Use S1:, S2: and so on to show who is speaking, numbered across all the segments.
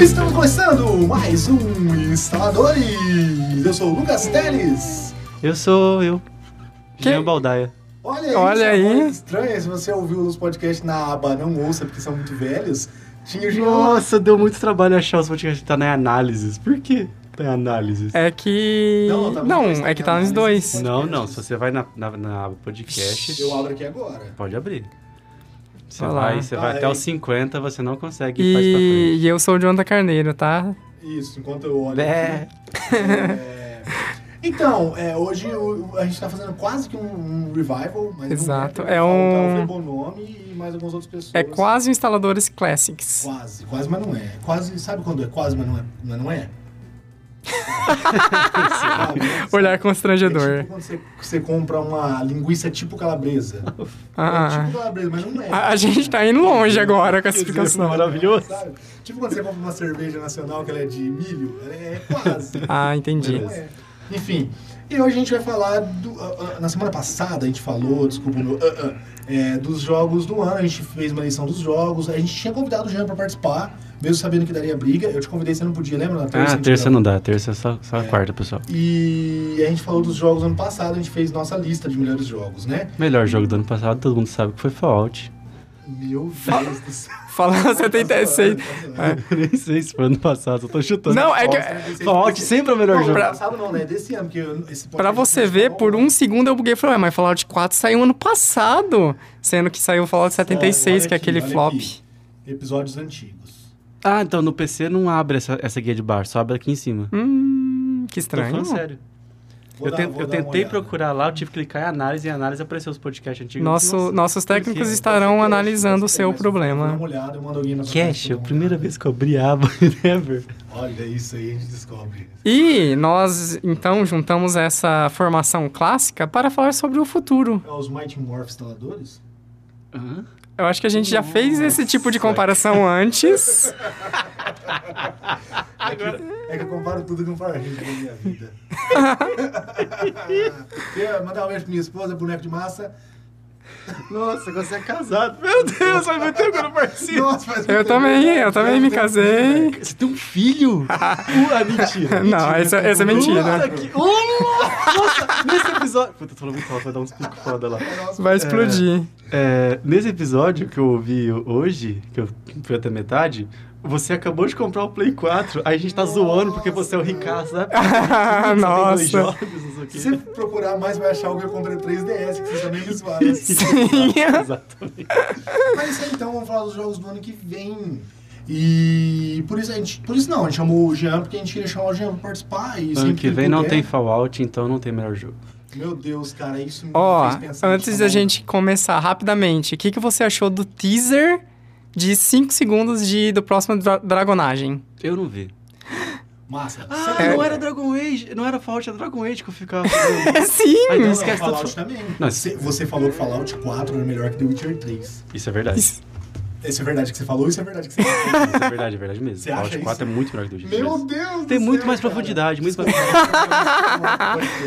S1: Estamos começando mais um Instaladores! Eu sou o Lucas Teles.
S2: Eu sou eu,
S3: Que-
S2: Jean Baldaia.
S1: Olha aí,
S3: Olha
S1: essa
S3: aí.
S1: voz estranha. Se você ouviu os podcasts na aba, não ouça porque são muito velhos. Tinha o Jean.
S2: Nossa, deu muito trabalho achar os podcasts que tá na análises. Por que tá em análises?
S3: É que.
S1: Não, não,
S3: Não,
S1: tá nos dois, tá
S3: é que tá nos dois.
S2: Não, não. Se você vai na, na, na aba podcast,
S1: Eu abro aqui agora.
S2: pode abrir. Você
S3: Olha lá.
S2: vai, você vai
S1: Ai.
S2: até os 50, você não consegue ir mais pra frente.
S3: E, e eu sou o Jonathan Carneiro, tá?
S1: Isso, enquanto eu olho.
S2: É,
S1: É. Então, é, hoje o- a gente tá fazendo quase que um, um revival, mas
S3: Exato,
S1: não
S3: é um-
S1: Faltar o Febonome e mais algumas outras pessoas.
S3: É quase o Instaladores Classics.
S1: Quase, quase, mas não é. Quase, sabe quando é quase, mas não é? Mas não é? Sabe?
S3: Olhar
S1: É
S3: constrangedor.
S1: tipo quando você, você compra uma linguiça tipo calabresa. É
S3: Ah,
S1: tipo calabresa, mas não é.
S3: a, a gente tá indo longe agora com essa explicação.
S2: é maravilhoso.
S1: Sabe? Tipo quando você compra uma cerveja nacional que ela é de milho, ela é quase.
S3: Ah, entendi.
S1: Não é. Enfim, e hoje a gente vai falar do. ah, ah, na semana passada a gente falou, desculpa o meu. ah, ah, é, dos jogos do ano, a gente fez uma eleição dos jogos, a gente tinha convidado o Jean pra participar, mesmo sabendo que daria briga. Eu te convidei, você não podia, lembra? Na terça, a
S2: Ah,
S1: gente
S2: terça
S1: gravou.
S2: não dá. Terça é só, só a quarta, pessoal.
S1: E a gente falou dos jogos ano passado, a gente fez nossa lista de melhores jogos, né?
S2: Melhor jogo do ano passado, todo mundo sabe que foi Fallout.
S1: Meu Deus do céu.
S3: Falando 76.
S1: É.
S2: Nem sei se foi ano passado, só tô chutando.
S3: Não, é que.
S2: Fallout sempre é o melhor
S1: Não,
S2: jogo.
S1: pra... passado não, né? Desse ano, porque eu- esse podcast
S3: Pra
S1: é
S3: você
S1: muito
S3: ver,
S1: bom.
S3: por um segundo eu buguei e falei, ué, mas Fallout 4 saiu ano passado. Sendo que saiu o Fallout 76,
S1: Olha
S3: que é
S1: aqui,
S3: aquele
S1: olha
S3: flop.
S1: aqui. Episódios antigos.
S2: Ah, então no PC não abre essa, essa guia de bar, só abre aqui em cima.
S3: Hum, que
S2: Tô
S3: estranho.
S2: falando sério.
S1: Vou
S2: Eu,
S1: dar-
S2: ten-
S1: vou
S2: eu
S1: dar uma
S2: tentei
S1: olhada.
S2: procurar lá, eu tive que clicar em análise, e em análise apareceu os podcasts antigos.
S3: Nosso,
S2: Nossa,
S3: nossos técnicos
S2: Porque-
S3: estarão
S1: Podcast,
S3: analisando o
S1: podcast,
S3: seu
S1: mas Eu dou
S3: problema.
S1: uma olhada, eu mando alguém na sua
S2: Cash, é
S1: frente,
S2: a
S1: eu dou uma
S2: primeira
S1: olhada.
S2: vez que eu abri a aba Never.
S1: Olha, isso aí a gente descobre.
S3: E nós, então, juntamos essa formação clássica para falar sobre o futuro.
S1: É os Mighty Morph instaladores?
S3: Eu acho que a gente já fez esse tipo de comparação antes.
S1: É que eu comparo tudo com Farhid na minha vida. Queria mandar um beijo pra minha esposa, boneco de massa.
S2: Nossa, você é casado. Meu Deus, faz muito tempo que eu não participo.
S1: Nossa, faz
S3: Eu
S1: muito
S3: também,
S1: tempo.
S3: eu também me casei.
S2: Você tem um filho? ah, mentira.
S3: Não, essa, essa é
S2: Puta
S3: mentira.
S2: que... Oh, nossa, nesse episódio... Puta, eu tô falando muito alto, vai dar uns picos foda lá.
S1: Nossa,
S3: Vai explodir.
S2: É, nesse episódio que eu ouvi hoje, que eu fui até metade, você acabou de comprar o Play 4, aí a gente tá zoando porque você é o ricaço, sabe? Só tem dois
S3: Ah, Nossa.
S2: tá jogos, não sei o quê.
S1: Se você procurar mais, vai achar o que eu comprei 3DS, que vocês também zoaram.
S3: Sim.
S2: tipo Exatamente.
S1: Mas isso aí, então, vamos falar dos jogos do ano que vem. E por isso a gente. Por isso não, a gente chamou o Jean, porque a gente queria chamar o Jean pra participar. E sempre
S2: Ano que vem não
S3: É.
S1: puder-
S2: tem Fallout, então não tem melhor jogo.
S1: Meu Deus, cara, isso me
S3: Ó,
S1: fez pensar. né? em
S3: antes
S1: chamar
S3: da
S1: o-
S3: gente começar rapidamente, o que, que você achou do teaser de 5 segundos de, do próximo dra- Dragonagem?
S2: Eu não vi.
S1: Massa.
S2: Ah,
S3: É.
S2: não era Dragon Age, não era Fallout, era Dragon Age que eu ficava...
S3: É Sim!
S2: Ai, não,
S1: Não,
S2: esquece tudo.
S1: Fallout também.
S2: Não,
S1: Você, você falou que Fallout 4 era melhor que The Witcher 3.
S2: Isso é verdade. Isso
S1: Isso é verdade que você falou, isso é verdade que você falou.
S2: é verdade, é verdade mesmo.
S1: Você acha
S2: Fallout 4 é muito melhor que o Age.
S1: Meu Deus
S2: Tem
S1: do
S2: muito
S1: céu,
S2: mais
S1: cara.
S2: profundidade, muito mais...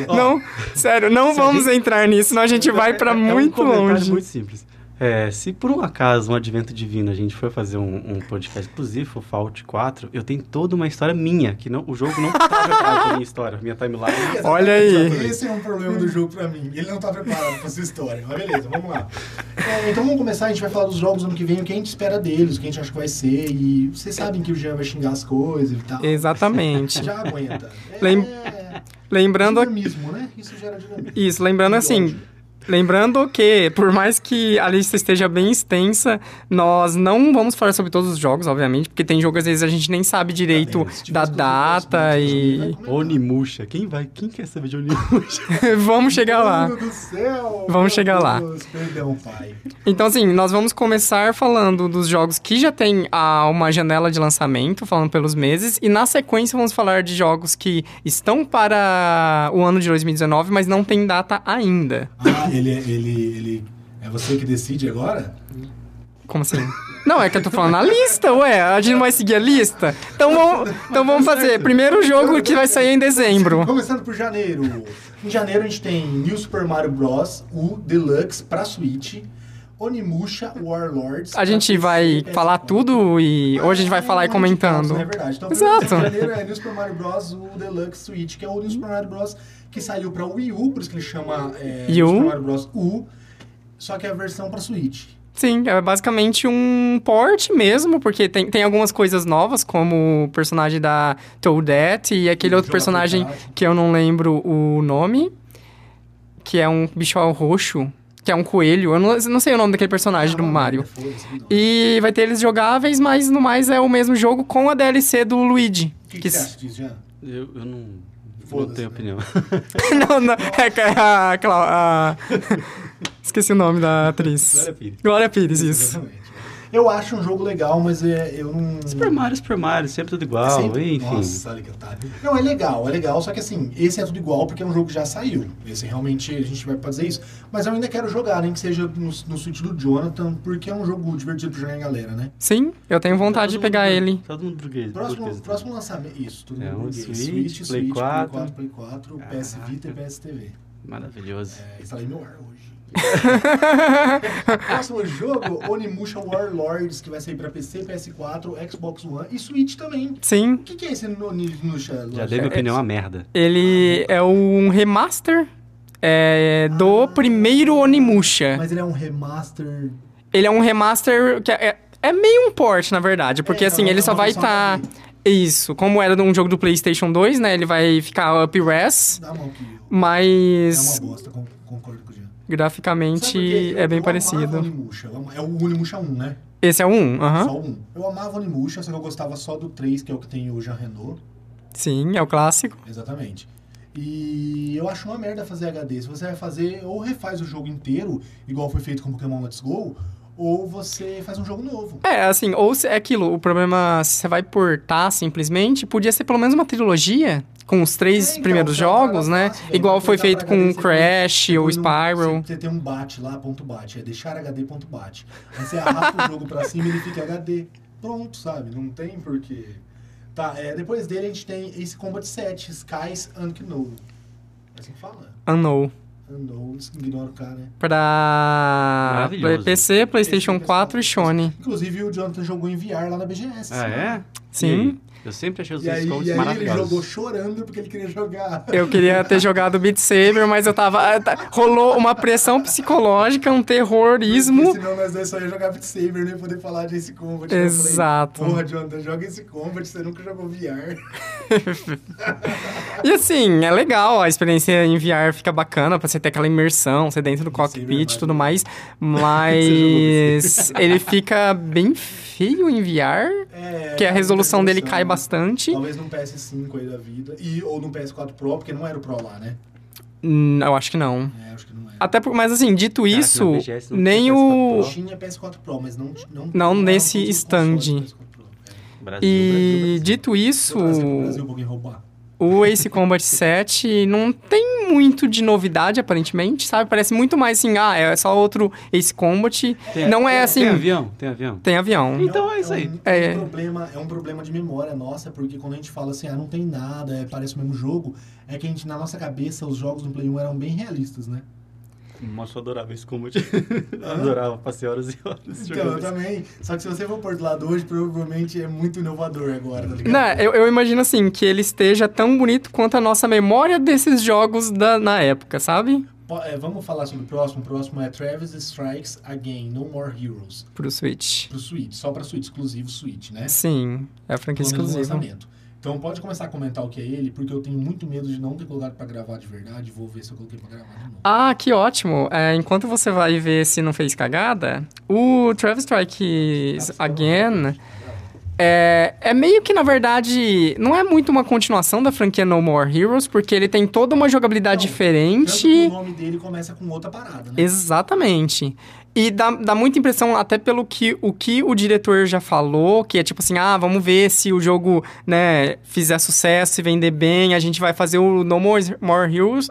S1: Ó,
S3: Não, sério, não vamos entrar nisso, senão a gente vai pra
S2: É
S3: muito
S2: um comentário
S3: longe.
S2: muito simples. É, se por um acaso, um advento divino, a gente for fazer um, um podcast exclusivo, o Fallout 4, eu tenho toda uma história minha, que não, o jogo não tá preparado pra minha história, minha timeline.
S3: Olha aí.
S1: Esse é um problema do jogo pra mim. Ele não tá preparado pra sua história. Mas beleza, vamos lá. É, então vamos começar, a gente vai falar dos jogos ano que vem, o que a gente espera deles, o que a gente acha que vai ser. E vocês sabem que o Jean vai xingar as coisas e tal.
S3: Exatamente.
S1: Já aguenta. É,
S3: Lem-
S1: é
S3: Lembrando aqui.
S1: dinamismo, né? Isso gera dinamismo.
S3: Isso, lembrando assim, lembrando que, por mais que a lista esteja bem extensa, nós não vamos falar sobre todos os jogos, obviamente, porque tem jogos às vezes a gente nem sabe direito
S1: Se
S3: tipo, da
S1: tivesse tipo que eu conheço,
S3: data
S1: mas eu não
S3: e.
S1: vou comentar.
S2: Onimusha, quem vai? Quem quer saber de Onimusha?
S3: vamos chegar lá.
S1: Meu Deus do céu!
S3: Vamos
S1: meu
S3: chegar lá.
S1: Deus, Perdão, pai.
S3: Então, assim, nós vamos começar falando dos jogos que já tem ah, uma janela de lançamento, falando pelos meses, e na sequência vamos falar de jogos que estão para o ano de 2019, mas não tem data ainda.
S1: Ah, ele, ele, ele. É você que decide agora?
S3: Como assim? Não, é que eu tô falando a lista, ué. A gente não vai seguir a lista. Então vamos, então vamos fazer. Primeiro jogo que vai sair em dezembro.
S1: Começando por janeiro. Em janeiro a gente tem New Super Mario Bros. U Deluxe pra Switch. Onimusha Warlords.
S3: A gente
S1: pra
S3: vai
S1: PC,
S3: falar
S1: PS4.
S3: tudo e hoje a gente vai
S1: É,
S3: falar e
S1: um monte de jogos,
S3: comentando.
S1: né? É verdade. Então,
S3: Exato.
S1: Exato. Primeiro é New Super Mario Bros. o Deluxe Switch, que é o New Super Mario Bros. que saiu pra Wii U, por isso que ele chama é,
S3: Yu.
S1: New Super Mario Bros. U, só que é a versão pra Switch.
S3: Sim, é basicamente um port mesmo, porque tem, tem algumas coisas novas, como o personagem da Toadette e aquele
S1: O
S3: outro
S1: Jonathan
S3: personagem
S1: Tate.
S3: que eu não lembro o nome, que é um bicho roxo, que é um coelho. Eu não, não sei o nome daquele personagem do
S1: Ah,
S3: Mario.
S1: foda-se, então.
S3: E vai ter eles jogáveis, mas no mais é o mesmo jogo com a DLC do Luigi.
S1: O que,
S3: que
S1: que
S3: s-
S1: você acha disso, Jean?
S2: Eu, eu não, não
S1: Foda-se,
S2: tenho
S1: né?
S2: opinião.
S3: não, não, é que- a, aquela- a- Esqueci o nome da atriz.
S1: é
S2: Glória Pires.
S3: Glória Pires, isso.
S1: Exatamente. Eu acho um jogo legal, mas é, eu não.
S2: Super Mario, Super Mario, sempre tudo igual,
S1: Sempre-
S2: enfim.
S1: Nossa, olha que otário. Não, é legal, é legal, só que assim, esse é tudo igual porque é um jogo que já saiu. Esse realmente a gente vai fazer isso. Mas eu ainda quero jogar, nem que seja no, no Switch do Jonathan, porque é um jogo divertido pra jogar em galera, né?
S3: Sim, eu tenho vontade de
S2: Todo
S3: pegar
S2: mundo-
S3: ele.
S2: Todo mundo burguês.
S1: Próximo,
S2: burguês.
S1: próximo lançamento. Isso, tudo
S2: É,
S1: no
S2: um
S1: português.
S2: Switch, Play
S1: Play
S2: 4.
S1: 4, Play 4, PS Vita e
S2: Caraca.
S1: PS TV.
S2: Maravilhoso.
S1: É, instalei meu ar hoje. Próximo jogo, Onimusha Warlords, que vai sair pra PC, PS4, Xbox One e Switch também.
S3: Sim,
S1: O que, que é esse Onimusha?
S2: Já dei minha opinião, é uma merda.
S3: Ele é um remaster é, do
S1: Ah.
S3: primeiro Onimusha.
S1: Mas ele é um remaster.
S3: Ele é um remaster que é, é meio um port, na verdade, porque
S1: É,
S3: assim,
S1: é
S3: ele
S1: uma
S3: só vai
S1: versão
S3: estar.
S1: aqui.
S3: Isso, como era de um jogo do PlayStation 2, né? Ele vai ficar up res,
S1: Dá mal que é uma
S3: mas
S1: bosta, con- concordo com o Jean. Sabe por quê?
S3: graficamente
S1: Eu-
S3: é bem
S1: eu Amava
S3: parecido.
S1: Onimusha. eu ama- É o Onimusha 1, né?
S3: Esse é o 1, aham.
S1: Só um. o 1. Eu amava Onimusha, só que eu gostava só do 3, que é o que tem o Jean Renault.
S3: Sim, é o clássico.
S1: Exatamente. E eu acho uma merda fazer HD. Se você vai fazer, ou refaz o jogo inteiro, igual foi feito com Pokémon Let's Go, ou você faz um jogo novo.
S3: É, assim, ou se- é aquilo, o problema, se você vai portar simplesmente, podia ser pelo menos uma trilogia com os três
S1: É, então,
S3: primeiros
S1: isso é uma parada
S3: jogos, né?
S1: fácil, velho.
S3: Igual
S1: Vai
S3: foi
S1: portar
S3: feito
S1: pra
S3: com
S1: HD,
S3: o
S1: você
S3: Crash
S1: Você
S3: ou
S1: põe num-
S3: Spiral.
S1: Você, você tem um bate lá, ponto bate. É deixar HD, ponto bate. Aí você arrasta o jogo pra cima e ele fica HD. Pronto, sabe? Não tem porquê. Tá, é, depois dele a gente tem Ace Combat 7, Skies Unknown. É assim que fala?
S3: Unknown.
S1: Unknown, ignora o K, né?
S3: Pra
S2: Maravilhoso.
S3: PC, PlayStation 4 e Sony.
S1: Inclusive o Jonathan jogou em VR lá na BGS.
S2: Ah, é? E
S3: Sim.
S2: aí? Eu sempre achei os
S1: né? E aí,
S2: Scouts
S1: e aí ele jogou
S2: maravilhosos.
S1: chorando porque ele queria jogar.
S3: Eu queria ter jogado Beat Saber, mas eu tava. ah, tá- Rolou uma pressão psicolológica, um terrorismo.
S1: Porque Senão nós dois só ia jogar Beat Saber, não ia poder falar desse combat. Eu falei,
S3: Exato.
S1: Porra, Jonathan, joga esse combat, você nunca jogou VR.
S3: E assim, é legal, a experiência em VR fica bacana pra você ter aquela imersão, você dentro do
S1: Beat Saber é
S3: cockpit e tudo mais. Mas ele fica bem feio em VR,
S1: É,
S3: que a resolução dele cai
S1: né?
S3: bastante.
S1: Talvez num PS5 aí da vida. E, ou num PS4 Pro, porque não era o Pro lá, né?
S3: Hum, Eu acho que não.
S1: É, acho que não era.
S3: Até por, mas assim, dito
S2: Caraca,
S3: isso,
S2: na BGS não
S3: nem
S2: tinha
S3: o.
S2: PS4
S1: Tinha PS4 Pro, mas não... Não,
S3: Não
S1: era um
S3: nesse
S1: todos os
S3: stand.
S1: consoles PS4 Pro. É.
S2: Brasil,
S3: E
S2: Brasil, Brasil.
S3: dito isso,
S1: Vou trazer pro Brasil um pouquinho roubar.
S3: o Ace Combat 7 não tem muito de novidade, aparentemente, sabe? Parece muito mais assim, ah, é só outro Ace Combat.
S2: Tem-
S3: não é
S2: tem-
S3: assim-
S2: Tem avião, tem avião.
S3: Tem avião.
S2: Então
S1: um-
S2: é isso aí.
S1: um-
S3: É.
S1: É um, problema, é um problema de memória nossa, porque quando a gente fala assim, ah, não tem nada, é, parece o mesmo jogo, é que a gente, na nossa cabeça, os jogos no Play 1 eram bem realistas, né?
S2: Nossa, eu adorava esse combate. adorava, passei horas e horas
S1: Então, eu também. Só que se você for por do lado hoje, provavelmente é muito inovador agora, tá ligado?
S3: Né, eu, eu imagino assim, que ele esteja tão bonito quanto a nossa memória desses jogos da, na época, sabe?
S1: Po- é, vamos falar sobre o próximo. O próximo é Travis Strikes Again, No More Heroes.
S3: Pro Switch.
S1: Pro Switch, só pra Switch, exclusivo Switch, né?
S3: Sim, é a franquia
S1: Pelo menos no
S3: exclusiva.
S1: lançamento. Então pode começar a comentar o que é ele, porque eu tenho muito medo de não ter colocado pra gravar de verdade. Vou ver se eu coloquei pra gravar de novo.
S3: Ah, que ótimo. É, enquanto você vai ver se não fez cagada, o Travis
S1: Ah,
S3: Strikes Again... É, é meio que, na verdade, não é muito uma continuação da franquia No More Heroes, porque ele tem toda uma jogabilidade
S1: Não, Tanto
S3: diferente.
S1: que o nome dele começa com outra parada, né?
S3: Exatamente. E dá, dá muita impressão, até pelo que o que o diretor já falou, que é tipo assim, ah, vamos ver se o jogo, né, fizer sucesso e vender bem, a gente vai fazer o No More, More Heroes,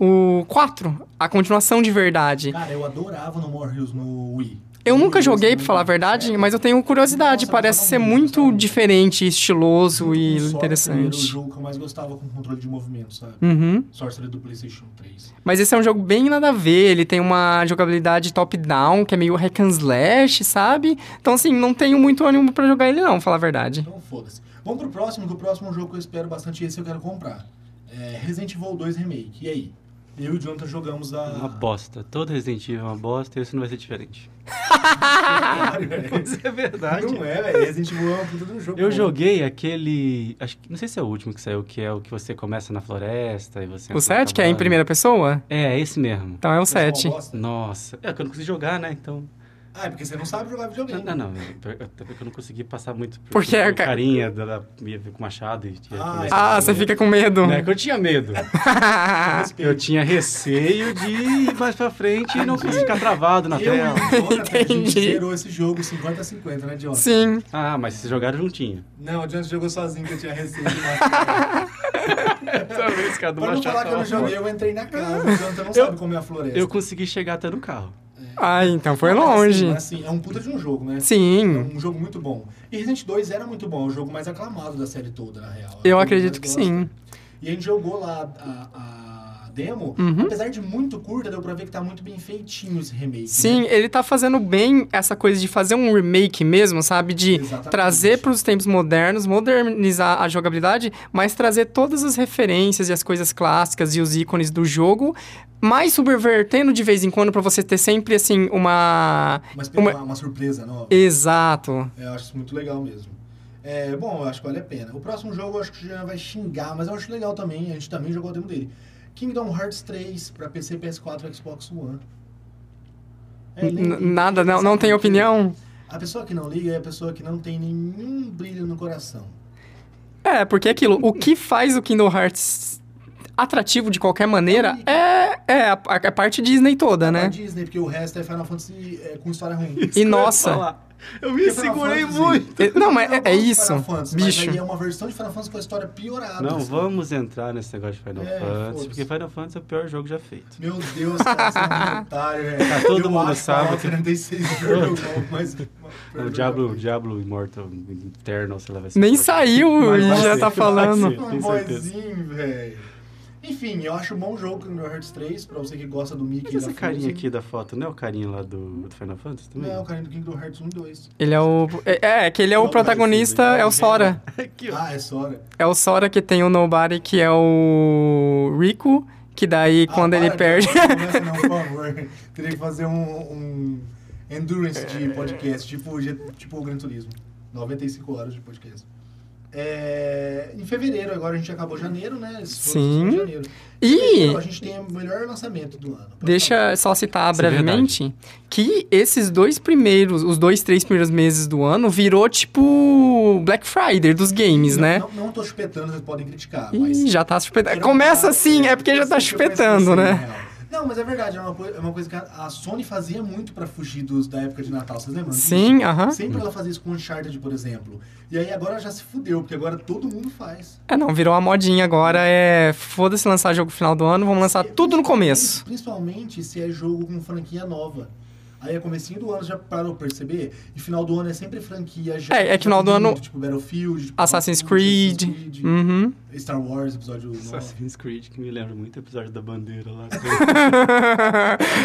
S3: o 4, a continuação de verdade.
S1: Cara, eu adorava No More Heroes no Wii.
S3: Eu nunca joguei, pra falar a verdade, mas eu tenho curiosidade.
S1: Nossa,
S3: Parece
S1: mas
S3: ser
S1: eu não
S3: muito
S1: gosto.
S3: diferente, estiloso e
S1: Source Era o
S3: interessante.
S1: jogo que eu mais gostava com controle de movimento, sabe?
S3: Uhum.
S1: Sorcerer do PlayStation 3.
S3: Mas esse é um jogo bem nada a ver. Ele tem uma jogabilidade top-down, que é meio hack and slash, sabe? Então, assim, não tenho muito ânimo pra jogar ele, não, falar a verdade.
S1: Então foda-se. Vamos pro próximo, que o próximo é um jogo que eu espero bastante e esse eu quero comprar. É Resident Evil 2 Remake. E aí? Eu e o Jonathan jogamos a.
S2: Uma bosta. Todo Resident Evil é uma bosta e esse não vai ser diferente.
S1: Ah, né? Não
S2: é verdade.
S1: é, velho. Resident Evil é um puta de um jogo.
S2: Eu
S1: bom.
S2: joguei aquele. Acho, que- não sei se é o último que saiu, que é o que você começa na floresta e você. entra
S3: O
S2: no
S3: 7, que é em
S2: cavalo.
S3: primeira pessoa?
S2: É, é esse mesmo.
S3: Então é o
S1: Você é uma
S3: 7.
S1: bosta?
S2: Nossa, é que eu não consegui jogar, né? Então.
S1: Ah, é porque você não sabe jogar
S2: Não,
S1: videogame.
S2: não, não. é per- Até porque eu não consegui passar muito. por-
S3: Porque é
S2: por
S3: ca-
S2: carinha da, da, ia ver com o machado e. ia
S1: Ah,
S2: começar a-
S3: Ah, você fica com medo.
S2: Não é que eu tinha medo. Ah, Eu tinha receio de ir mais pra frente e não conseguir ficar travado na
S1: Eu e
S2: tela.
S1: o Jonathan, a gente
S3: Entendi.
S1: zerou esse jogo 50-50, né, Jonathan?
S3: Sim.
S2: Ah, mas vocês jogaram juntinho.
S1: Não, o Jonathan jogou sozinho, que eu tinha receio de matar.
S2: Pra
S1: Pra não falar que eu não joguei, eu entrei na casa. O Jonathan não sabe como é a floresta.
S2: Ah. Eu consegui chegar até no carro.
S3: Ah, então foi
S1: Não, mas
S3: longe.
S1: Assim, mas assim, é um puta de um jogo, né? É
S3: Sim.
S1: um jogo muito bom. E Resident 2 era muito bom, é o jogo mais aclamado da série toda, na real. É o
S3: Eu
S1: jogo
S3: acredito
S1: mais
S3: que
S1: gosta.
S3: sim.
S1: E a gente jogou lá a, a demo,
S3: Uhum.
S1: apesar de muito curta, deu pra ver que tá muito bem feitinho né? esse remake.
S3: Sim, ele tá fazendo bem essa coisa de fazer um remake mesmo, sabe? De
S1: Exatamente.
S3: trazer pros tempos modernos, modernizar a jogabilidade, mas trazer todas as referências e as coisas clássicas e os ícones do jogo, mas subvertendo de vez em quando pra você ter sempre assim uma
S1: Mas
S3: Uma-
S1: uma, uma surpresa nova.
S3: exato.
S1: Eu acho isso muito legal mesmo. É, bom, eu acho que vale a pena. O próximo jogo eu acho que já vai xingar, mas eu acho legal também. A gente também jogou a demo dele. Kingdom Hearts 3 pra PC, PS4 e Xbox One. É, nem-
S3: N- Nada, não, não tem opinião?
S1: A pessoa que não liga é a pessoa que não tem nenhum brilho no coração.
S3: É, porque é aquilo, o que faz o Kingdom Hearts atrativo de qualquer maneira é, é a, a parte Disney toda,
S1: A
S3: né?
S1: Disney, porque o resto é Final Fantasy é, com história ruim.
S3: E nossa,
S2: Falar. Eu assim, me
S1: Porque Final
S2: segurei
S1: Fantasy-
S2: muito.
S3: É, não, mas
S1: Eu
S3: é-
S1: gosto
S3: é
S1: de
S3: isso,
S1: Final Fantasy,
S3: bicho.
S1: Mas aí é uma versão de Final Fantasy com a história piorada.
S2: Não
S1: assim.
S2: vamos entrar nesse negócio de Final
S1: É,
S2: Fantasy,
S1: foda-se.
S2: porque Final Fantasy é o pior jogo já feito.
S1: Meu Deus, cara, você é um otário, velho.
S2: Tá, todo
S1: Eu
S2: mundo
S1: acho
S2: sabe
S1: Final
S2: que-
S1: 36 jogo, mas...
S2: É O Diablo, o Diablo Immortal Eternal, sei lá, vai ser.
S3: nem
S2: pior.
S3: saiu
S2: Mas
S3: e
S2: vai
S3: já
S2: ser,
S3: tá
S2: vai
S3: falando.
S2: ser.
S1: Um
S2: tenho certeza.
S1: boyzinho, velho. Enfim, eu acho um bom jogo Kingdom Hearts 3, pra você que gosta do Mickey
S2: Mas
S1: e
S2: esse
S1: da
S2: carinha
S1: Frozen.
S2: aqui da foto não é o carinha lá do, do Final Fantasy também?
S1: Não, é o carinha do Kingdom Hearts 1 e 2.
S3: né? Ele é o. É, é, que ele é o
S1: Não,
S3: protagonista,
S1: mas ele um
S3: é o Sora.
S2: Aqui, ó.
S1: Ah, é Sora.
S3: É o Sora que tem o Nobody, que é o Rico, que daí quando
S1: Ah,
S3: ele
S1: para,
S3: perde.
S1: Não, não começa não, por favor. Teria que fazer um, um endurance
S3: É.
S1: de podcast, tipo, G- tipo o Gran Turismo. 95 horas de podcast. É, em fevereiro, agora a gente acabou janeiro, né? Esse foi
S3: Sim.
S1: em Janeiro.
S3: E
S1: A gente tem o melhor lançamento do ano. Pode
S3: Deixa só citar
S2: Isso é
S3: brevemente que esses dois primeiros, os dois, três primeiros meses do ano virou tipo Black Friday dos games,
S1: falar.
S3: né?
S1: Não, não, não tô chupetando, vocês podem criticar, mas.
S3: Ih, já tá chupetando. Começa assim, é porque já tá chupetando, né?
S1: Não, mas é verdade, é uma, coi- é uma coisa que a- a Sony fazia muito pra fugir dos, da época de Natal, vocês lembram? disso?
S3: Sim, aham.
S1: Sempre ela fazia isso com Uncharted, por exemplo. E aí agora já se fudeu, porque agora todo mundo faz.
S3: É, não, virou uma modinha agora. É foda-se lançar jogo no final do ano, vamos lançar
S1: E
S3: tudo no
S1: principalmente-
S3: começo.
S1: Principalmente se é jogo com franquia nova. Aí é comecinho do ano, já parou pra perceber? E final do ano é sempre franquia já.
S3: É, é que final do ano-
S1: Tipo Battlefield, tipo
S3: Assassin's
S1: Call of Duty,
S3: Creed.
S1: Assassin's Creed,
S3: Uhum.
S1: Star Wars, episódio 9.
S2: Assassin's Creed, que me lembra muito o episódio da bandeira lá.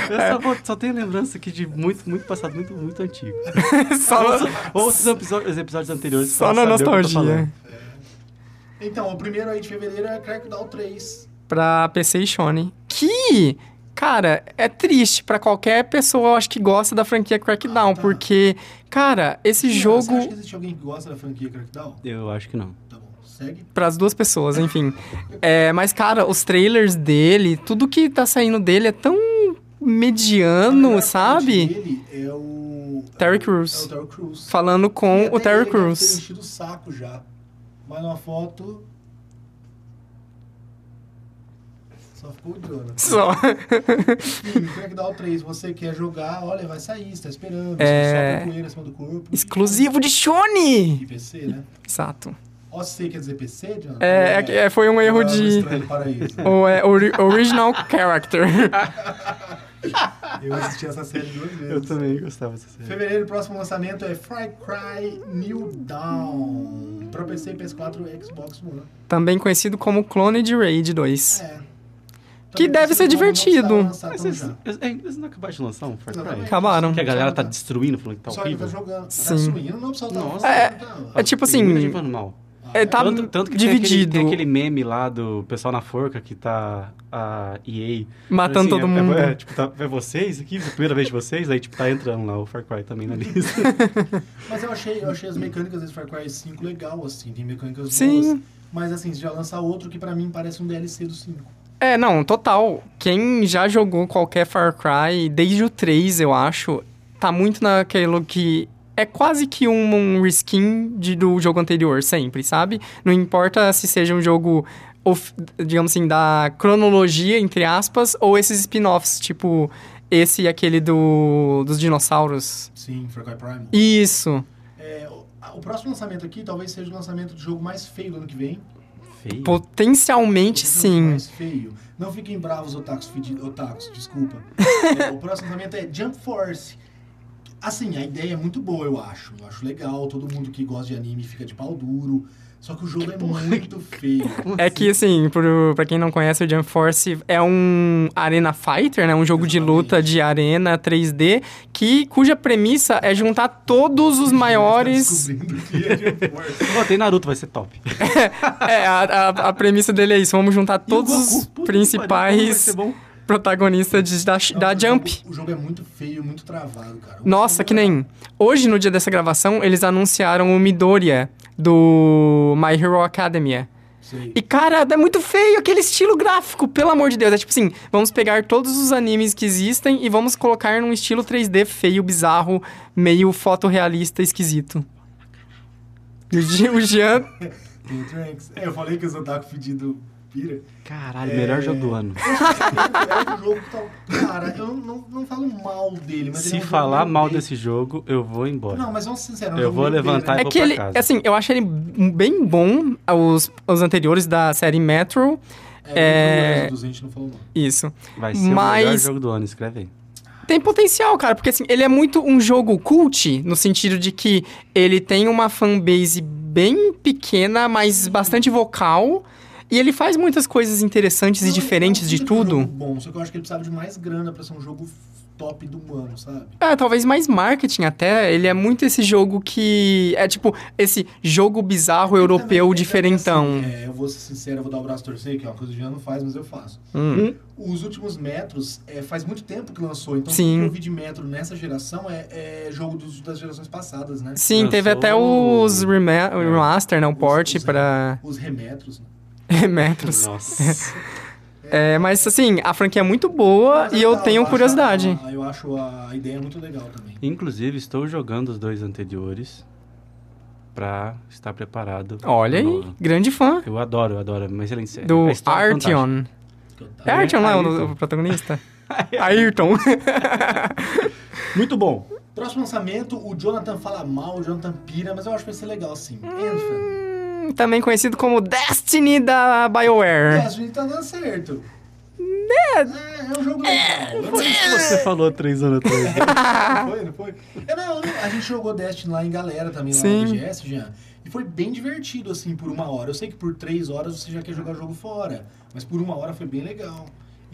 S2: Eu
S3: É.
S2: só, vou- só tenho lembrança aqui de muito, muito passado, muito, muito antigo.
S3: só,
S2: Ouça os episódios, os episódios anteriores.
S3: só
S2: pra
S3: na
S2: saber o que eu tô falando.
S3: nostalgia.
S1: Então, o primeiro aí de fevereiro é Crackdown 3.
S3: Pra PC e Shone. Que, cara, é triste pra qualquer pessoa, eu acho que gosta da franquia Crackdown.
S1: Ah, tá.
S3: Porque, cara, esse
S1: Você acha que
S3: jogo.
S1: existe alguém que gosta da franquia Crackdown?
S2: Eu acho que não.
S1: Tá bom, segue.
S3: Pras duas pessoas, enfim. É, mas, cara, os trailers dele, tudo que tá saindo dele é tão
S1: A
S3: mediano,
S1: melhor parte
S3: sabe?
S1: dele é o.
S3: Terry
S1: é o-
S3: Crews.
S1: É o Terry Crews.
S3: Falando com o
S1: Tem né,
S3: Terry Crews.
S1: enchido o saco já. Mas uma foto. Só ficou o Jonathan.
S3: Só.
S1: Enfim, Crackdown 3, você quer jogar, olha, vai sair, você tá esperando. Você
S3: É.
S1: sobe a poeira em cima do corpo.
S3: Exclusivo de Shone!
S1: E PC, né?
S3: Exato.
S1: OC quer dizer PC, Jonathan?
S3: É, é que- é, foi um erro
S1: Ah, no
S3: de.
S1: Estranho Paraíso.
S3: Ou é ori- Original Character.
S1: Eu assisti essa série duas vezes.
S2: Eu também gostava dessa série.
S1: Fevereiro, o próximo lançamento é Far Cry New Dawn. Pra PC, PS4 e Xbox One.
S3: Também conhecido como clone de Raid 2.
S1: É.
S3: Que
S1: Também
S3: deve ser
S1: não
S3: divertido.
S1: precisava lançar um
S2: Mas
S1: tão
S2: Vocês,
S1: já.
S2: é, eles não acabaram de lançar um Far Cry?
S1: Exatamente.
S3: Acabaram.
S2: Que a galera tá
S1: Só
S2: destruindo, falando que tá
S1: Só ele tá
S2: horrível.
S1: jogando. Tá
S3: Sim.
S1: subindo, não precisa
S2: Nossa.
S1: tá-
S3: É,
S1: tá-
S3: é tipo assim,
S2: Tem muita gente falando mal.
S3: É, tá
S2: tanto, tanto que tem aquele-
S3: dividido.
S2: Tem aquele, meme lá do pessoal na forca que tá a EA...
S3: Matando
S2: Assim,
S3: todo
S2: é- é-
S3: mundo.
S2: É, tipo, tá, é vocês aqui, primeira vez de vocês, aí tipo, tá entrando lá o Far Cry também na lista.
S1: Mas eu achei, eu achei as mecânicas desse Far Cry 5 legal, assim. Tem mecânicas
S3: Sim.
S1: boas. Mas assim, se já lançar outro que pra mim parece um DLC do 5.
S3: É, não, total. Quem já jogou qualquer Far Cry, desde o 3, eu acho, tá muito naquilo que. É quase que um, um reskin de- do jogo anterior, sempre, sabe? Não importa se seja um jogo, of- digamos assim, da cronologia, entre aspas, ou esses spin-offs, tipo esse e aquele do, dos dinossauros.
S1: Sim, Far Cry Primal.
S3: Isso.
S1: É, o, a- o próximo lançamento aqui talvez seja o lançamento do jogo mais feio do ano que vem.
S2: Feio.
S3: Potencialmente,
S1: O jogo
S3: sim.
S1: Mais feio. Não fiquem bravos, otakus, fedi- otakus desculpa. É, o próximo lançamento é Jump Force. Assim, a ideia é muito boa, eu acho. Eu acho legal, todo mundo que gosta de anime fica de pau duro. Só que o jogo é muito feio.
S3: É que, assim, pro, pra quem não conhece, o Jump Force é um Arena Fighter, né? Um jogo de
S1: Exatamente.
S3: luta de arena 3D, que, cuja premissa é juntar todos os maiores...
S1: Descobrindo que é Jump Force.
S2: Ó, tem Naruto, vai ser top.
S3: é, a, a, a premissa dele é isso. Vamos juntar
S2: E o
S3: todos
S2: Goku,
S3: os
S2: puta que pariu, vai
S3: principais
S2: ser bom.
S3: protagonistas de- da,
S1: Não,
S3: da
S1: o
S3: Jump.
S1: jogo- o jogo é muito feio, muito travado, cara. O
S3: Nossa,
S1: jogo
S3: que
S1: é-
S3: nem... Hoje, no dia dessa gravação, eles anunciaram o Midoriya, do My Hero Academia.
S1: Sei.
S3: E, cara, é muito feio aquele estilo gráfico, pelo amor de Deus. É tipo assim, vamos pegar todos os animes que existem e vamos colocar num estilo 3D feio, bizarro, meio fotorrealista, esquisito. E o Jean- o Jean...
S1: Tem o Trunks. É, eu falei que os otaku fedido pira.
S2: Caralho, melhor jogo do ano.
S1: É um jogo que tá... Cara, eu não, não, não falo mal dele, mas ele
S2: Se
S1: é um jogo
S2: falar
S1: meio
S2: mal
S1: bem-
S2: desse jogo, eu vou embora.
S1: Não, mas vamos ser sinceros. é um
S2: Eu
S1: jogo
S2: vou
S1: meio bem,
S2: levantar
S1: né?
S2: e
S3: É
S2: vou
S3: que
S2: pra
S3: ele,
S2: casa.
S3: assim, eu acho ele bem bom, os, os anteriores da série Metro,
S1: É,
S3: É-
S1: o Dos a gente não falou mal.
S3: isso.
S2: Vai ser
S3: Mas-
S2: o melhor jogo do ano, escreve aí.
S3: Tem potencial, cara, porque assim, ele é muito um jogo cult, no sentido de que ele tem uma fanbase bem pequena, mas bastante vocal, e ele faz muitas coisas interessantes
S1: Não,
S3: e
S1: eu
S3: diferentes de
S1: acredito que é um jogo
S3: tudo.
S1: bom, só que eu acho que ele precisava de mais grana pra ser um jogo top do ano, sabe?
S3: É, talvez mais marketing até, ele é muito esse jogo que é tipo esse jogo bizarro europeu
S1: Também,
S3: diferentão.
S1: assim, é, eu vou ser sincero, eu vou dar o braço a torcer, que é uma coisa que o Jean não faz, mas eu faço.
S3: Hum.
S1: Os últimos metros, é, faz muito tempo que lançou, então
S3: Sim.
S1: o que eu vi de metro nessa geração é, é jogo dos- das gerações passadas, né?
S3: Sim, teve
S2: Lançou
S3: até
S2: o-
S3: os rema- remaster, não, porte
S1: os-
S3: pra
S1: Os remetros, né?
S3: Metros.
S2: Nossa.
S3: É, mas assim, a franquia é muito boa
S1: Mas
S3: e eu
S1: tá,
S3: tenho
S1: acho
S3: curiosidade.
S1: a- eu acho a ideia muito legal também.
S2: Inclusive, estou jogando os dois anteriores pra estar preparado.
S3: Olha
S2: pro
S3: aí,
S2: novo.
S3: grande fã
S2: Eu adoro, eu adoro. Mas ele série.
S3: do
S2: A história é fantástica.
S3: Artion.
S1: Que eu tava-
S3: É Artion, não é o,
S2: Ayrton.
S3: o protagonista? Ayrton.
S2: Muito bom.
S1: Próximo lançamento, o Jonathan fala mal, o Jonathan pira, mas eu acho que vai ser legal sim. Anthem.
S3: Hum, Também conhecido como Destiny da BioWare.
S1: É, a gente tá dando certo. É, é um jogo legal. Eu não sei se
S2: Você
S3: É.
S2: falou há três anos atrás. né?
S1: foi, não foi? É, não, a gente jogou Destiny lá em galera também, lá
S3: Sim.
S1: no BGS, Jean. E foi bem divertido, assim, por uma hora. Eu sei que por três horas você já quer jogar o jogo fora, mas por uma hora foi bem legal.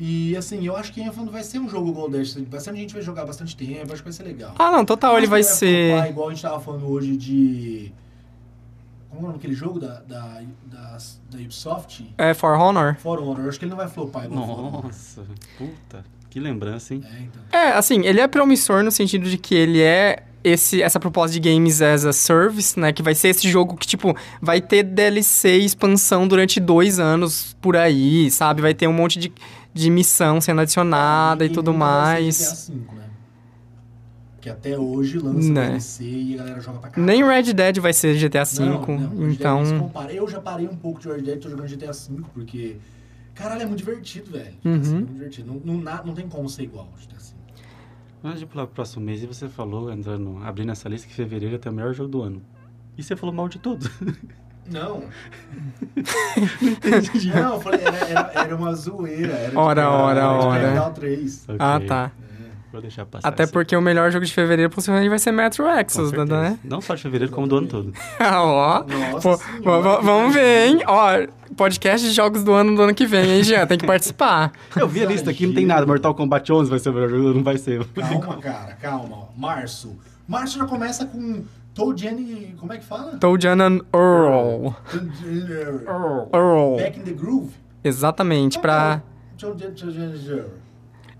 S1: E, assim, eu acho que Anthem vai ser um jogo igual o Destiny. Bastante gente vai jogar bastante tempo, acho que vai ser legal.
S3: Ah, não, total, ele
S1: Mas
S3: vai
S1: não flopar,
S3: ser.
S1: Igual a gente tava falando hoje de. Como é o nome daquele jogo da, da, das- da Ubisoft?
S3: É, For Honor?
S1: For Honor. Eu acho que ele não vai flopar igual For Honor.
S2: Nossa, puta. Que lembrança, hein?
S1: É, então.
S3: É, assim, ele é promissor no sentido de que ele é esse, essa proposta de games as a service, né? Que vai ser esse jogo que, tipo, vai ter DLC e expansão durante dois anos por aí, sabe? Vai ter um monte de, de missão sendo adicionada e
S1: Ninguém
S3: Ah, tudo
S1: nunca vai
S3: mais.
S1: ser GTA V, né? Que até hoje lança
S3: Né.
S1: DLC e a galera joga pra caralho.
S3: Nem Red Dead vai ser GTA V,
S1: Não, não, Red Dead
S3: então.
S1: nem se compara. Eu já parei um pouco de Red Dead, tô jogando GTA V, porque... Caralho, é muito divertido, velho. GTA V É
S3: Uhum.
S1: muito divertido. Não, não, na- não tem como ser igual ao GTA V.
S2: Antes de pular pro próximo mês, e você falou, entrando, abrindo essa lista, que fevereiro é até o melhor jogo do ano. E você falou mal de todos.
S1: Não. não, eu falei, era, era, era uma zoeira. Era
S3: Ora,
S1: tipo,
S3: ora,
S1: era,
S3: ora.
S1: Era Metal 3.
S2: Ok,
S3: Ah, tá.
S2: Vou deixar passar.
S3: Até
S2: essa.
S3: porque o melhor jogo de fevereiro possivelmente vai ser Metro
S2: Com
S3: Exodus,
S2: certeza.
S3: né?
S2: Não só de fevereiro, como do ano todo.
S3: Ah, Ó.
S1: Nossa
S3: Pô,
S1: Senhora.
S3: v- v- vamos ver, hein? Ó, podcast de jogos do ano do ano que vem, hein, Jean? Tem que participar.
S2: Eu vi a lista aqui, não tem nada. Mortal Kombat 11 vai ser o melhor jogo, não vai ser.
S1: Calma, cara, calma. ó. Março. Março já começa com Toad Jenny. Como é que fala?
S3: Toadjanan Earl. Earl.
S1: Back in the Groove.
S3: Exatamente, pra...
S1: Toad Jenny.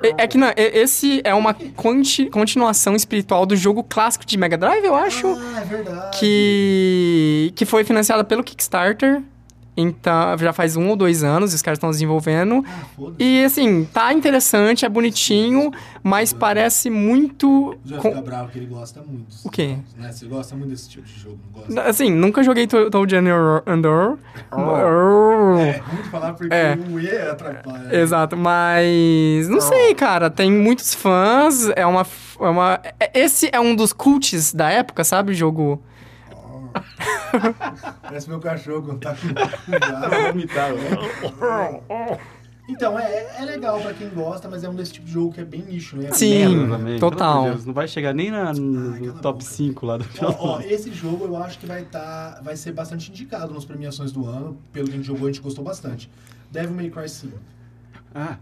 S3: É, é que não, é- esse é uma conti- continuação espiritual do jogo clássico de Mega Drive, eu acho.
S1: Ah, é verdade.
S3: que, que foi financiada pelo Kickstarter. Então, já faz um ou dois anos, os caras estão desenvolvendo.
S1: Ah, foda-se.
S3: E assim, tá interessante, é bonitinho, mas parece muito.
S1: Uhum. Já
S3: com-
S1: fica bravo que ele gosta muito.
S3: O quê?
S1: Né? Você gosta muito desse tipo de jogo, não gosta?
S3: Assim, nunca joguei To- Toad and Earl- and Earl.
S1: É muito falar porque
S3: É.
S1: o E atrapalha. né?
S3: Exato, mas. Não sei, cara. Tem muitos fãs. É uma. f- É uma é- esse é um dos cults da época, sabe? Jogo.
S1: Parece meu cachorro quando tá com cuidado.
S2: vomitar.
S1: Então, é, é legal pra quem gosta, mas é um desse tipo de jogo que é bem nicho, né?
S3: Sim. total.
S2: não vai chegar nem na, no
S1: Ai, cala a
S2: top
S1: boca.
S2: 5 lá do final.
S1: Ó, ó, esse jogo eu acho que vai, tá, vai ser bastante indicado nas premiações do ano. Pelo que a gente jogou, a gente gostou bastante. Devil May Cry 5.
S2: Ah,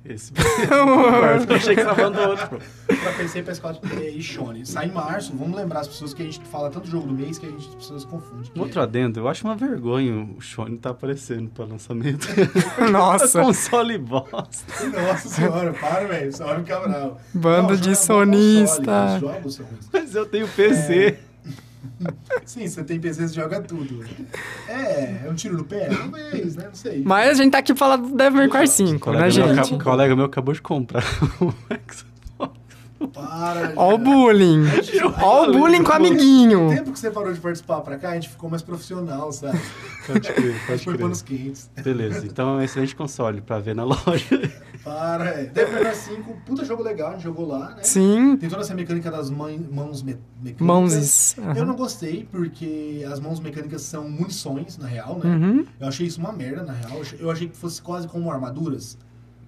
S2: esse. Eu achei que você tava falando do outro.
S1: Pra PC, PS4 e Sony. Sai em março, vamos lembrar as pessoas que a gente fala tanto jogo do mês que a gente, as pessoas confundem.
S2: Um Outro adendo, eu acho uma vergonha o Shone tá aparecendo pra lançamento. É
S3: Nossa.
S2: Console bosta.
S1: Nossa senhora, para, velho. Só me cabral.
S3: Banda de sonista.
S1: Os jogos são ruins.
S2: Mas eu tenho PC.
S3: É.
S1: Sim, você tem PC, você joga tudo. É, é um tiro no pé? Talvez, né? Não sei.
S3: Mas a gente tá aqui pra falar do Devil May Cry 5, né,
S2: Colega, meu,
S3: gente?
S2: acabou- colega meu acabou de comprar o Xbox.
S1: Para,
S3: Ó o
S1: já.
S3: bullying. Ó o bullying com o
S1: O
S3: amiguinho.
S1: tempo que você parou de participar pra cá, a gente ficou mais profissional, sabe?
S2: Pode crer,
S1: A
S2: pode
S1: gente foi panos
S2: crer.
S1: quentes.
S2: Beleza, então é um excelente console pra ver na loja.
S1: Para, é. Devil May Cry 5, puta jogo legal, a gente jogou lá, né?
S3: Sim.
S1: Tem toda essa mecânica das mãe- mãos me mecânicas.
S3: Mãozes.
S1: Eu
S3: Aham.
S1: não gostei, porque as mãos mecânicas são munições, na real, né?
S3: Uhum.
S1: Eu achei isso uma merda, na real. Eu achei- Eu achei que fosse quase como armaduras.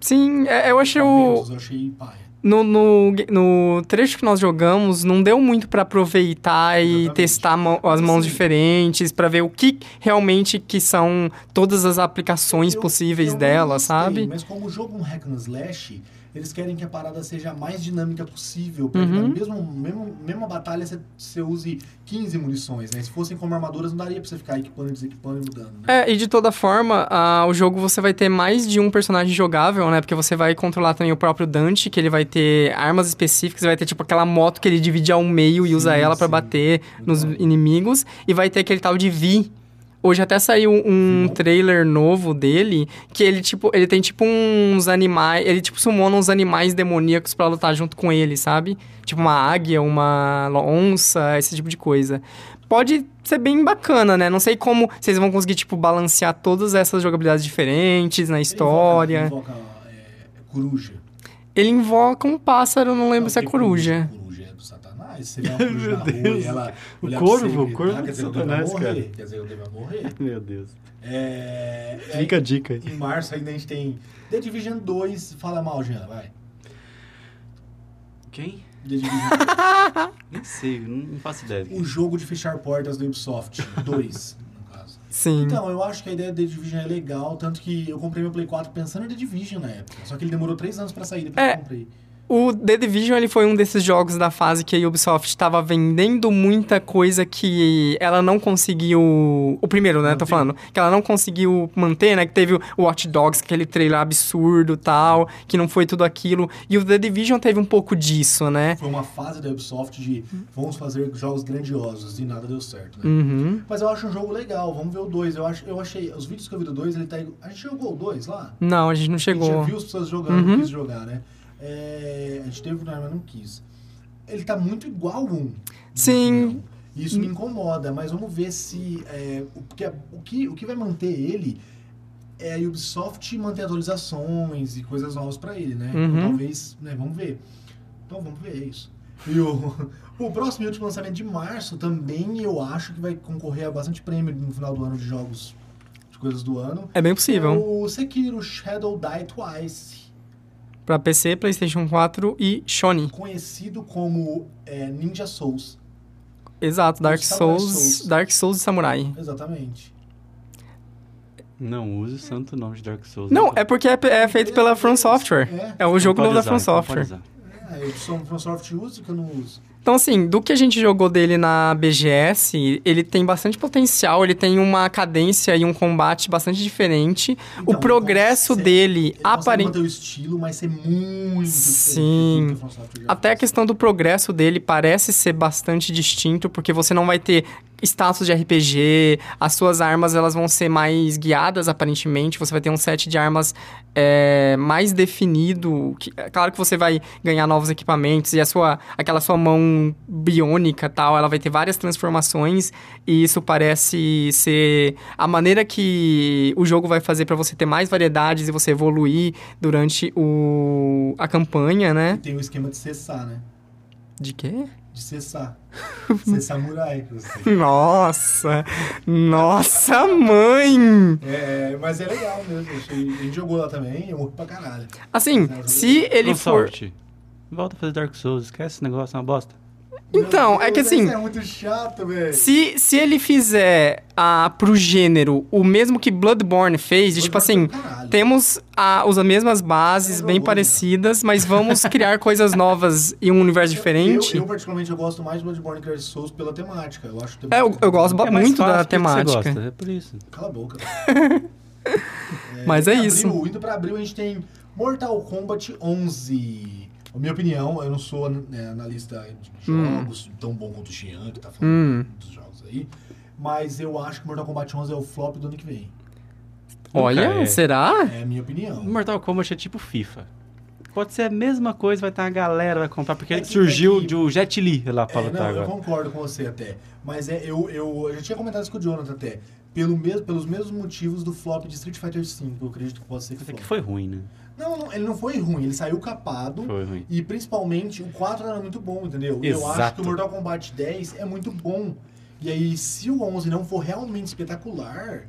S3: Sim, é, eu achei o.
S1: Menos, eu achei paia.
S3: No, no, no trecho que nós jogamos, não deu muito pra aproveitar e
S1: Exatamente.
S3: testar mão- as mãos
S1: Sim.
S3: diferentes, pra ver o que realmente que são todas as aplicações
S1: Eu-
S3: possíveis
S1: eu
S3: dela,
S1: gostei,
S3: sabe?
S1: Mas como o jogo é um hack and slash, eles querem que a parada seja a mais dinâmica possível. Pra que na
S3: Uhum.
S1: mesmo, mesmo, mesma batalha você, você use 15 munições, né? Se fossem como armaduras, não daria pra você ficar equipando e desequipando e mudando, né?
S3: É, e de toda forma, ah, o jogo você vai ter mais de um personagem jogável, né? Porque você vai controlar também o próprio Dante, que ele vai ter armas específicas, vai ter tipo aquela moto que ele divide ao meio e usa
S1: Sim,
S3: ela pra
S1: sim.
S3: bater
S1: Muito
S3: nos
S1: bom.
S3: inimigos, e vai ter aquele tal de Vi. Hoje até saiu um
S1: Bom.
S3: trailer novo dele, que ele tipo, ele tem tipo uns animais, ele tipo sumona uns animais demoníacos pra lutar junto com ele, sabe? Tipo uma águia, uma onça, esse tipo de coisa pode ser bem bacana, né? Não sei como vocês vão conseguir, tipo, balancear todas essas jogabilidades diferentes na
S1: Ele
S3: história.
S1: invoca, ele invoca, é, coruja.
S3: Ele invoca um pássaro, não lembro
S1: Não,
S3: se é
S1: porque
S3: coruja.
S1: Coruja é do satanás. Você vê uma coruja na
S2: Meu
S1: rua
S2: Deus.
S1: e ela...
S2: O
S1: olhar
S2: corvo,
S1: pra você e
S2: o
S1: gritar,
S2: corvo é do
S1: quer dizer, eu devo
S2: Satanás,
S1: morrer.
S2: cara.
S1: Quer dizer, eu devo morrer.
S2: Meu Deus.
S1: É... é
S2: Fica a dica aí.
S1: Em março ainda a gente tem The Division 2. Fala mal, Jean, vai.
S2: Quem?
S1: The Division
S2: Nem sei, não, não faço ideia.
S1: O jogo de fechar portas do Ubisoft 2, no caso.
S3: Sim.
S1: Então, eu acho que a ideia do The Division é legal, tanto que eu comprei meu Play 4 pensando em The Division na época. Só que ele demorou 3 anos pra sair, depois
S3: É.
S1: eu comprei.
S3: O The Division ele foi um desses jogos da fase que a Ubisoft estava vendendo muita coisa que ela não conseguiu. O primeiro, né? Tô
S1: Manter.
S3: falando. Que ela não conseguiu manter, né? Que teve o Watch Dogs, aquele trailer absurdo tal, que não foi tudo aquilo. E o The Division teve um pouco disso, né?
S1: Foi uma fase da Ubisoft de vamos fazer jogos grandiosos e nada deu certo, né?
S3: Uhum.
S1: Mas eu acho um jogo legal, vamos ver o 2. Eu, acho, eu achei, os vídeos que eu vi do 2, ele tá... A gente jogou o 2 lá?
S3: Não, a gente não
S1: A gente já
S3: chegou. Uhum.
S1: viu as pessoas jogando, não quis jogar, né? É, a gente teve o mas não quis. Ele tá muito igual um.
S3: Sim.
S1: Isso
S3: Hum.
S1: me incomoda, mas vamos ver se. é, o, que, o, que, o que vai manter ele é a Ubisoft manter atualizações e coisas novas pra ele, né? Então,
S3: Uhum.
S1: talvez, né? Vamos ver. Então vamos ver, é isso. E o, o próximo e último lançamento de março também eu acho que vai concorrer a bastante prêmio no final do ano de jogos, de coisas do ano.
S3: É bem possível.
S1: O Sekiro Shadow Die Twice,
S3: Pra PC, PlayStation 4 e Sony.
S1: conhecido como é, Ninja Souls.
S3: Exato, Dark
S1: Samurai
S3: Souls,
S1: Souls.
S3: Dark Souls e Samurai.
S1: Exatamente.
S2: Não use o santo nome de Dark Souls.
S3: Não, é porque é, é feito pela From Software.
S1: É,
S3: É o jogo novo da From Software.
S1: é, eu sou um Microsoft uso que eu não uso.
S3: Então, assim, do que a gente jogou dele na BGS, ele tem bastante potencial, ele tem uma cadência e um combate bastante diferente.
S1: Então,
S3: o progresso
S1: consegue-
S3: dele,
S1: Ele consegue
S3: aparentemente.
S1: manter o estilo, mas ser muito diferente do que
S3: Sim.
S1: a From Software já
S3: Até a
S1: fez.
S3: questão do progresso dele parece ser bastante distinto, porque você não vai ter status de RPG, as suas armas elas vão ser mais guiadas, aparentemente, você vai ter um set de armas é, mais definido. que- é claro que você vai ganhar novos equipamentos e a sua, aquela sua mão biônica tal, ela vai ter várias transformações e isso parece ser a maneira que o jogo vai fazer para você ter mais variedades e você evoluir durante o, a campanha, né?
S1: E tem o esquema de cessar, né?
S3: De quê?
S1: De cessar. ser samurai. que você-
S3: Nossa! Nossa mãe!
S1: É, mas é legal mesmo. eu achei- A gente jogou lá também, eu morri pra caralho.
S3: Assim, se ele
S2: Ele
S3: for.
S2: Volta a fazer Dark Souls, esquece esse negócio, é uma bosta.
S3: Então,
S1: Meu
S3: é que
S1: Deus,
S3: assim-
S1: isso É muito chato, velho.
S3: Se, se ele fizer ah, pro gênero o mesmo que Bloodborne fez, de, tipo assim,
S1: Caralho.
S3: temos ah, as mesmas bases,
S1: Eu
S3: bem
S1: vou,
S3: parecidas, mas vamos criar coisas novas e um universo diferente.
S1: Eu, eu, particularmente, eu gosto mais de Bloodborne que Dark Souls pela temática. Eu acho
S3: É, eu, eu gosto ba-
S2: É mais
S3: muito
S2: fácil,
S3: da
S2: por que que você
S3: temática.
S2: gosta? É por isso.
S1: Cala a boca.
S3: Mas é
S1: em
S3: isso.
S1: Abril, indo pra abril, a gente tem Mortal Kombat 11. A minha opinião, eu não sou né, analista de
S3: Hum.
S1: jogos tão bom quanto o Jean, que tá
S3: Hum.
S1: falando dos jogos aí. Mas eu acho que Mortal Kombat 11 é o flop do ano que vem.
S3: Olha,
S2: Nunca é.
S3: será?
S1: É a minha opinião.
S3: Hum.
S2: Mortal Kombat é tipo FIFA. Pode ser a mesma coisa, vai estar a galera vai comprar, porque
S1: É
S2: ele
S1: que-
S2: surgiu
S1: é que-
S2: de um Jet Li lá pra
S1: É,
S2: lutar
S1: não, eu
S2: agora.
S1: concordo com você até. Mas é, eu, eu, eu já tinha comentado isso com o Jonathan até. Pelo mesmo, pelos mesmos motivos do flop de Street Fighter V, eu acredito que pode ser que é
S2: Até que
S1: flop.
S2: foi ruim, né?
S1: Não, não, ele não foi ruim, ele saiu capado.
S2: Foi ruim.
S1: E principalmente o 4 era muito bom, entendeu? Eu acho
S2: Exato.
S1: que o Mortal Kombat 10 é muito bom. E aí, se o 11 não for realmente espetacular,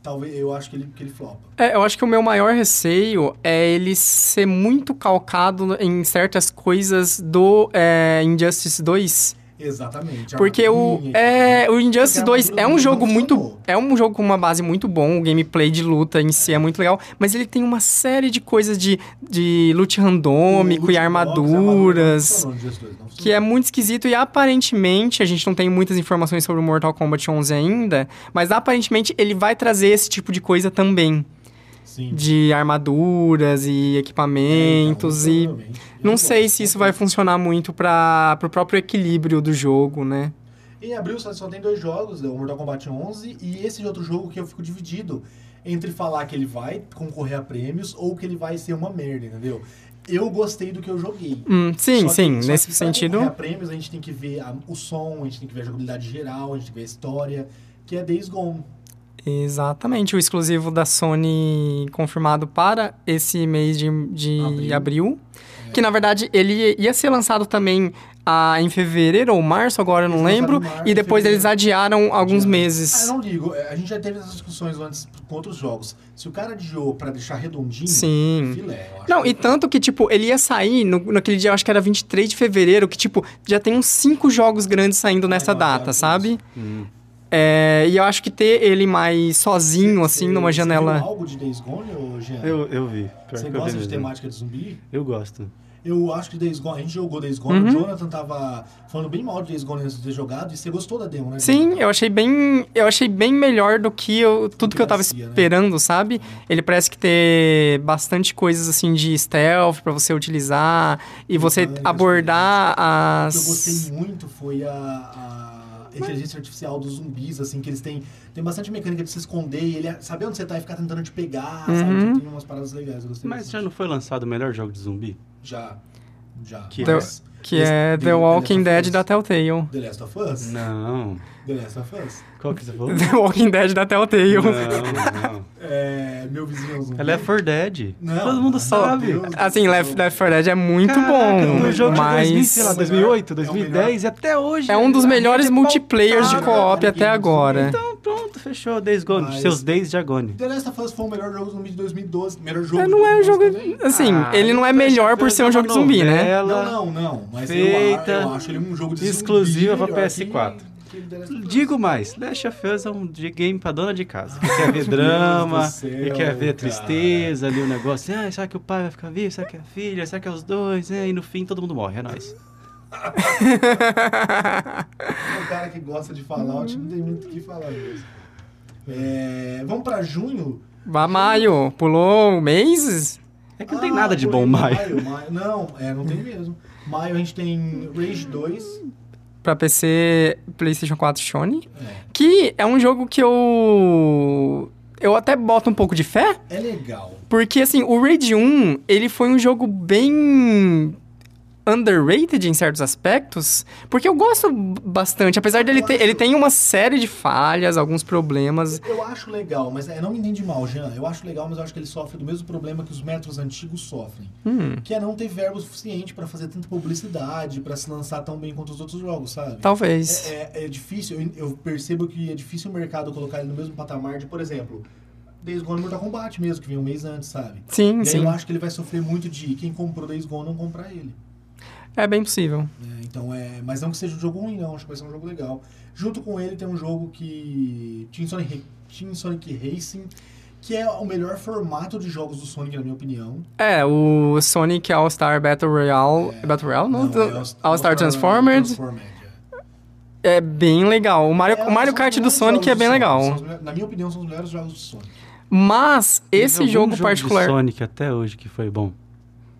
S1: talvez eu acho que ele, que ele flopa.
S3: É, eu acho que o meu maior receio é ele ser muito calcado em certas coisas do é, Injustice 2.
S1: Exatamente.
S3: Porque o,
S1: Armadilha.
S3: é, o Injustice
S1: Porque
S3: 2
S1: a
S3: é um
S1: armadura
S3: jogo
S1: não
S3: muito.
S1: funcionou.
S3: É um jogo com uma base muito bom, o gameplay de luta em si é muito legal, mas ele tem uma série de coisas de, de loot
S1: O Loot
S3: randômico e
S1: Box, é a armadura
S3: armaduras.
S1: Não funcionou no Just Dois, não funcionou.
S3: Que é muito esquisito e aparentemente, a gente não tem muitas informações sobre o Mortal Kombat 11 ainda, mas aparentemente ele vai trazer esse tipo de coisa também.
S1: Sim.
S3: De armaduras e
S1: Então,
S3: equipamentos e...
S1: provavelmente. Eu
S3: Não sei
S1: gosto,
S3: se isso
S1: não
S3: vai funcionar muito para pro próprio equilíbrio do jogo, né?
S1: Em abril só, só tem dois jogos, o Mortal Kombat 11 e esse outro jogo que eu fico dividido entre falar que ele vai concorrer a prêmios ou que ele vai ser uma merda, entendeu? Eu gostei do que eu joguei.
S3: Hum, sim,
S1: Só que-
S3: sim,
S1: só né?
S3: nesse
S1: que pra concorrer
S3: sentido.
S1: a prêmios a gente tem que ver a- o som, a gente tem que ver a jogabilidade geral, a gente tem que ver a história, que é Days Gone.
S3: Exatamente, o exclusivo da Sony confirmado para esse mês de, de abril.
S1: Abril. É.
S3: Que na verdade ele ia ser lançado também ah, em fevereiro ou março, agora eu não
S1: Eles lançaram
S3: lembro.
S1: em março,
S3: e depois eles
S1: fevereiro.
S3: adiaram alguns
S1: Adiaram. Ah, eu
S3: meses.
S1: não ligo, é, a gente já teve essas discussões antes com outros jogos. Se o cara adiou pra deixar redondinho,
S3: Sim.
S1: filé, eu acho.
S3: Não, e tanto que, tipo, ele ia sair no, naquele dia, eu acho que era 23 de fevereiro, que, tipo, já tem uns cinco jogos grandes saindo nessa
S1: mas
S3: data,
S1: tá,
S3: sabe?
S2: Hum.
S3: É, e eu acho que ter ele mais sozinho, assim,
S1: Você-
S3: numa
S1: você
S3: janela.
S1: viu algo de Days Gone, ô, Jean?
S2: Eu, eu vi. Pior que
S1: Você
S2: eu
S1: gosta
S2: vi
S1: de
S2: mesmo.
S1: temática de zumbi?
S2: Eu gosto.
S1: Eu acho que Days Gone, a gente jogou Days Gone,
S3: Uhum.
S1: o Jonathan tava falando bem mal de Days Gone antes de ter jogado, e você gostou da demo, né?
S3: Sim, eu achei bem, eu achei bem melhor do que eu, tudo
S1: que
S3: que eu tava
S1: parecia, né?
S3: esperando, sabe? Ele parece que ter bastante coisas assim de stealth pra você utilizar e você
S1: Mecânicas,
S3: abordar
S1: O que eu gostei
S3: as
S1: muito foi a, a inteligência artificial dos zumbis, assim, que eles têm, tem bastante mecânica de se esconder, e ele saber onde você tá e ficar tentando te pegar, sabe?
S3: Uhum.
S1: Então, Tem umas paradas legais, eu gostei
S2: Mas já
S1: bastante.
S2: não foi lançado o melhor jogo de zumbi?
S1: Já, já.
S2: Que
S1: mas
S3: Que é
S1: The-
S3: The Walking
S1: The Last of
S3: Dead
S1: Us.
S3: da Telltale.
S1: The Last of Us?
S2: Não.
S1: The Last of Us?
S2: Qual que você falou?
S3: The Walking Dead da
S2: É.
S3: Telltale.
S2: Não, não.
S1: É. Meu vizinho azul.
S2: É Left 4 Dead.
S1: Não,
S2: Todo mundo
S1: não,
S2: sabe.
S1: Deus.
S3: Assim, Left, Left 4 Dead é muito bom,
S2: Um jogo
S3: mas...
S2: de 2000, sei lá, 2008,
S1: É o melhor.
S2: 2010 e até hoje.
S3: É um dos
S2: a gente
S3: melhores é.
S2: é
S3: multiplayers de
S2: pautado.
S3: co-op até agora.
S2: Então, pronto, fechou. Days Gone.
S1: Mas-
S2: Seus Days de Agone.
S1: The Last of Us foi o melhor jogo do zumbi de 2012. Melhor jogo
S3: É,
S1: de
S3: Não é um jogo...
S1: 2012 também.
S3: Assim,
S2: Ah,
S3: ele não é
S2: então
S3: melhor
S2: essa
S3: por ser um
S2: coisa
S3: jogo de zumbi, né?
S2: novela
S1: Não, não, não. Mas eu,
S2: feita
S1: a- eu acho ele um jogo de
S2: exclusiva
S1: zumbi
S2: pra
S1: melhor
S2: PS4.
S1: um, que- que The Last of Us.
S2: Digo mais, Last of Us é um de game pra dona de casa. Que quer ver drama,
S1: Deus do
S2: que
S1: céu,
S2: quer ver
S1: cara.
S2: tristeza ali o negócio. Ah, será que o pai vai ficar vivo? Será que é a filha? Será que é os dois? É, e no fim todo mundo morre, é nóis.
S1: É um cara que gosta de Fallout, não tem muito o que falar mesmo. É, vamos pra junho?
S3: Bah, maio, pulou meses?
S2: É que não tem
S1: Ah,
S2: nada de
S1: pulei
S2: bom
S1: pra
S2: mais.
S1: maio. Não, é, não tem mesmo. Maio a gente tem Rage 2.
S3: Pra PC, PlayStation 4 Sony.
S1: É,
S3: Que é um jogo que eu... Eu até boto um pouco de fé,
S1: é legal.
S3: Porque, assim, o Raid 1, ele foi um jogo bem underrated em certos aspectos, porque eu gosto bastante, apesar dele
S1: Eu
S3: ter,
S1: acho-
S3: ele tem uma série de falhas, alguns problemas.
S1: Eu acho legal, mas é, não me entende mal, Jean. Eu acho legal, mas eu acho que ele sofre do mesmo problema que os metros antigos sofrem.
S3: Hum,
S1: Que é não ter verbo suficiente pra fazer tanta publicidade, pra se lançar tão bem quanto os outros jogos, sabe?
S3: talvez.
S1: É, é- é difícil, eu, eu percebo que é difícil o mercado colocar ele no mesmo patamar de, por exemplo, Days Gone e Mortal Kombat mesmo, que veio um mês antes, sabe?
S3: Sim,
S1: E aí
S3: sim.
S1: eu acho que ele vai sofrer muito de quem comprou Days Gone não comprar ele.
S3: É bem possível.
S1: né? Então é, mas não que seja um jogo ruim não, acho que vai ser um jogo legal. Junto com ele tem um jogo que Team Sonic, Ra- Team Sonic Racing, que é o melhor formato de jogos do Sonic na minha opinião.
S3: É, o Sonic All-Star Battle Royale...
S1: É.
S3: Battle Royale? Não, então,
S1: é o-
S3: All-Star Transformed.
S1: Transformed, é.
S3: É bem legal. O Mario,
S1: É,
S3: o Mario
S1: são os
S3: Kart do
S1: melhores
S3: Sonic é
S1: jogos
S3: bem
S1: do
S3: legal.
S1: Sonic, são os melhores- na minha opinião, são os melhores jogos do Sonic.
S3: Mas esse
S2: Teve algum
S3: jogo
S2: de
S3: particular
S2: Sonic até hoje que foi bom.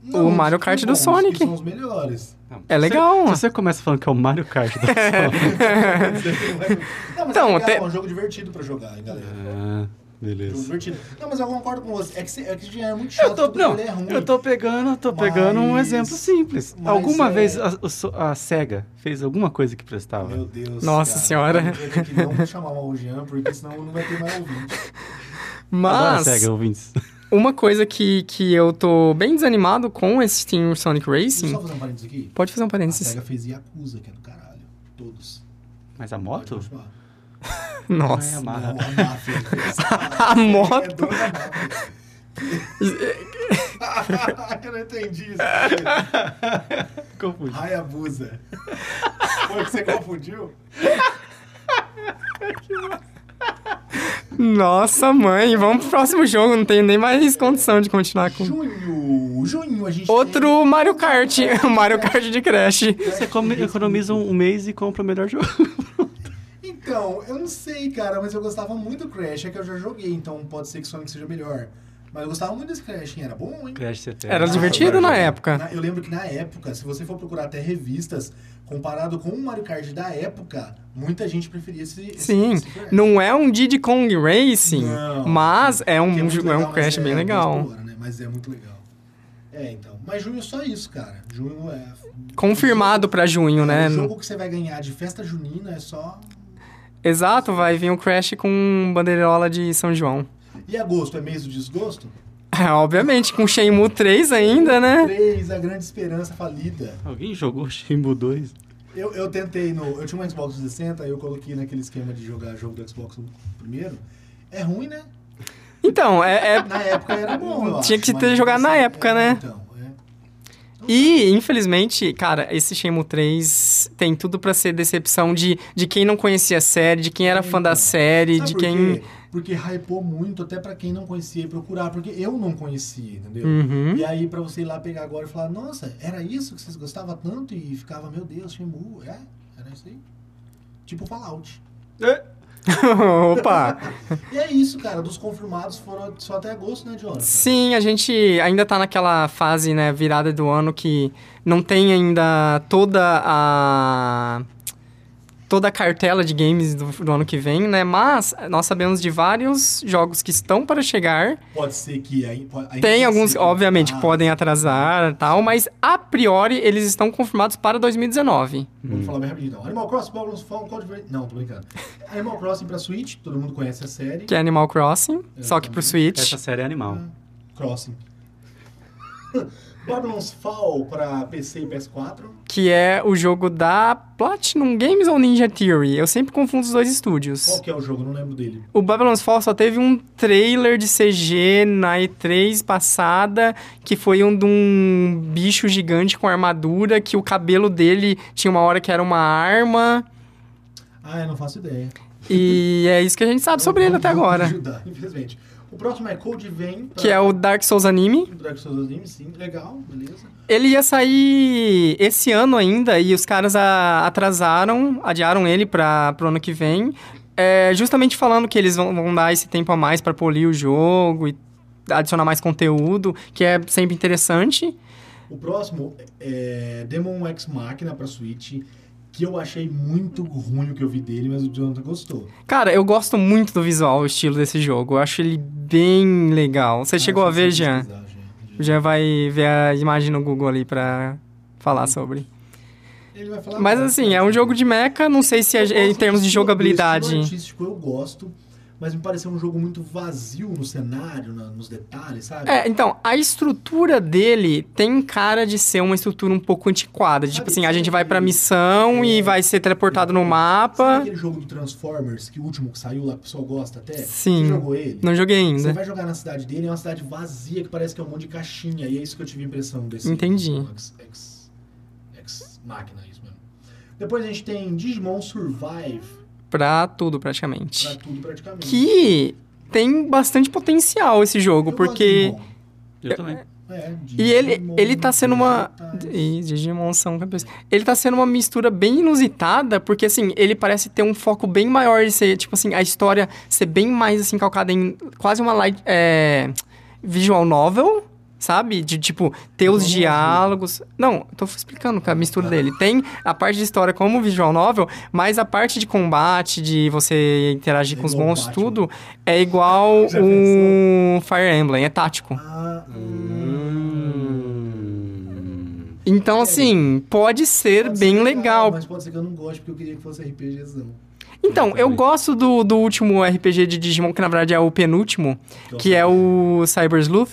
S1: Não, os
S3: Mario
S1: que
S3: Kart
S1: são
S3: do
S1: bons, os que
S3: Sonic.
S1: São os melhores.
S3: é legal.
S2: Se Tá, você começa falando que é o Mario Kart da Sony.
S1: não, mas
S3: Então,
S1: é, legal,
S3: até-
S1: é um jogo divertido pra jogar, hein, galera.
S2: Ah,
S1: É um jogo
S2: beleza.
S1: divertido. Não, mas eu concordo com você. É que, se- é que já é muito chato.
S2: Eu tô,
S1: tudo
S2: não,
S1: que ele é ruim.
S2: eu tô pegando, tô pegando um
S1: Mas-
S2: exemplo simples.
S1: mas
S2: Alguma
S1: é-
S2: vez a, o so- a SEGA fez alguma coisa que prestava?
S1: Meu Deus.
S3: Nossa
S1: cara.
S3: senhora.
S1: Eu tenho que não chamar o Jean, porque senão não vai ter mais ouvinte.
S2: Adoro
S3: Mas...
S2: SEGA, ouvintes.
S3: Uma coisa que, que eu tô bem desanimado com esse Team Sonic
S1: Deixa eu
S3: Racing.
S1: só fazer um parênteses aqui.
S3: Pode fazer um
S1: A
S3: parênteses.
S1: SEGA fez Yakuza, que é do caralho. Todos.
S2: Mas a
S1: Pode
S2: moto? Ah.
S1: continuar.
S2: Ai,
S3: Nossa.
S2: amarra.
S1: Não, a máfia.
S3: A
S1: É
S3: moto.
S1: dona da máfia. Eu não entendi isso.
S2: Confundi.
S1: Hayabusa. Foi que você confundiu?
S3: Nossa, mãe. Vamos pro próximo jogo. Não tenho nem mais condição de continuar com.
S1: Junho. Junho a gente tem... um
S3: Outro Mario Kart. O Mario Kart de Crash.
S2: Você come- economiza um mês e compra o melhor jogo.
S1: Então, eu não sei, cara, mas eu gostava muito do Crash. É que eu já joguei, então pode ser que Sonic seja melhor. Mas eu gostava muito desse Crash, hein? Era bom, hein?
S2: Crash CT.
S3: Era
S1: Nossa,
S3: divertido
S1: agora
S3: na
S2: já-
S3: época.
S1: Na- eu lembro que na época, se você for procurar até revistas, comparado com o Mario Kart da época, muita gente preferia esse. esse-
S3: Sim.
S1: esse Crash.
S3: Não é um Diddy Kong Racing,
S1: Não.
S3: mas é
S1: Que
S3: um,
S1: muito
S3: jo- é
S1: legal,
S3: um
S1: mas
S3: Crash bem
S1: é
S3: legal.
S1: muito hora, né? Mas é muito legal. É, então. Mas junho é só isso, cara. Junho é.
S3: Confirmado pra junho, né?
S1: O É um jogo que você vai ganhar de festa junina é só.
S3: Exato, vai vir um Crash com bandeirola de São João.
S1: E agosto é mês do desgosto?
S3: É, obviamente, com Shenmue 3 ainda, né?
S1: 3, a grande esperança falida.
S2: Alguém jogou Shimbu 2?
S1: Eu, eu tentei no. Eu tinha um Xbox 60, aí eu coloquei naquele esquema de jogar jogo do Xbox um primeiro. É ruim, né?
S3: Então, é, é-
S1: Na época era bom, eu
S3: Tinha
S1: acho,
S3: que ter
S1: mas-
S3: jogado na época,
S1: é,
S3: né?
S1: Então, é.
S3: E, infelizmente, cara, esse Shenmue 3 tem tudo pra ser decepção de, de quem não conhecia a série, de quem era fã da série,
S1: Sabe
S3: de
S1: por
S3: quem...
S1: quê? Porque hypou muito até pra quem não conhecia e procurar, porque eu não conhecia, entendeu?
S3: Uhum.
S1: E aí, pra você ir lá pegar agora e falar, nossa, era isso que vocês gostavam tanto? E ficava, meu Deus, Shimu, é? Era isso aí? Tipo Fallout.
S3: Opa!
S1: E é isso, cara. Dos confirmados foram só até agosto, né, Jonathan?
S3: Sim, a gente ainda tá naquela fase, né, virada do ano que não tem ainda toda a... toda a cartela de games do, do ano que vem, né? Mas nós sabemos de vários jogos que estão para chegar.
S1: Pode ser que aí. pode- aí
S3: Tem
S1: pode
S3: alguns,
S1: ser que-
S3: obviamente,
S1: Ah,
S3: que podem atrasar e tal, mas a priori eles estão confirmados para 2019.
S1: Vamos falar bem rapidinho então. Animal Crossing, Bubbles Fall, Code Red. Não, tô brincando. Animal Crossing pra Switch, todo mundo conhece a série.
S3: Que é Animal Crossing, só que pro Switch.
S2: Essa série é animal.
S1: Hum. Crossing. Babylon's Fall pra PC e PS4.
S3: Que é o jogo da Platinum Games ou Ninja Theory? Eu sempre confundo os dois estúdios.
S1: Qual que é o jogo? Não lembro dele.
S3: O Babylon's Fall só teve um trailer de CG na E3 passada, que foi um de um bicho gigante com armadura, que o cabelo dele tinha uma hora que era uma arma.
S1: Ah, eu não faço ideia.
S3: E é isso que a gente sabe sobre ele
S1: Não-
S3: até
S1: não vou te
S3: agora.
S1: ajudar, infelizmente. O próximo é Code Vein. pra-
S3: Que é o Dark Souls Anime.
S1: Dark Souls Anime, sim. Legal, beleza.
S3: Ele ia sair esse ano ainda e os caras a- atrasaram, adiaram ele para pro ano que vem, é, justamente falando que eles vão, vão dar esse tempo a mais para polir o jogo e adicionar mais conteúdo, que é sempre interessante.
S1: O próximo é Demon X Machina pra Switch, que eu achei muito ruim o que eu vi dele, mas o Jonathan gostou.
S3: Cara, eu gosto muito do visual, o estilo desse jogo. Eu acho ele bem legal.
S1: Ah,
S3: Você chegou a ver, Jean? Jean vai ver a imagem no Google ali pra falar sobre.
S1: Ele vai falar
S3: Mas
S1: agora.
S3: assim, é um jogo de mecha, não sei se
S1: Eu
S3: é- em
S1: gosto
S3: termos
S1: do
S3: de
S1: estilo- do
S3: jogabilidade.
S1: estilo artístico eu gosto, mas me pareceu um jogo muito vazio no cenário, na- nos detalhes, sabe?
S3: É, então, a estrutura dele tem cara de ser uma estrutura um pouco antiquada. de, Tipo
S1: Sabe,
S3: assim, a gente vai pra
S1: aquele-
S3: missão
S1: é.
S3: e vai ser teleportado no
S1: Sabe
S3: mapa.
S1: aquele jogo do Transformers, que o último que saiu lá, que o pessoal gosta até?
S3: Sim.
S1: Você jogou ele?
S3: Não joguei
S1: Você
S3: ainda.
S1: vai jogar na cidade dele, é uma cidade vazia que parece que é um monte de caixinha, e é isso que eu tive a impressão desse.
S3: Entendi.
S1: Ex, ex, ex máquina, é isso mesmo. Depois a gente tem Digimon Survive,
S3: Pra tudo,
S1: pra
S3: praticamente.
S1: tudo praticamente.
S3: Que tem bastante potencial esse jogo,
S1: Eu gosto de
S3: porque.
S1: Digimon.
S2: Eu também.
S1: É,
S3: E ele,
S1: Digimon,
S3: ele tá sendo uma.
S1: Digitais.
S3: Ih, Digimon são campeões. Ele tá sendo uma mistura bem inusitada, porque assim, ele parece ter um foco bem maior de ser, tipo assim, a história ser bem mais assim, calcada em quase uma light. É, visual novel, sabe? De tipo, ter os
S1: Visual novel.
S3: diálogos. Não, eu tô explicando é a mistura dele. Tem a parte de história como visual novel, mas a parte de combate, de você interagir
S1: É
S3: com os
S1: igual
S3: monstros,
S1: Batman.
S3: tudo, é igual
S1: Já
S3: o Fire Emblem, é tático.
S1: Ah, hum.
S2: Hum.
S3: Então, assim, pode ser
S1: É. pode
S3: bem
S1: ser
S3: legal.
S1: Mas pode ser que eu não goste, porque eu queria que fosse RPGzão.
S3: Então, eu
S2: Exatamente.
S3: gosto do, do último RPG de Digimon, que na verdade é o penúltimo,
S1: Então,
S3: que é o Cyber Sleuth,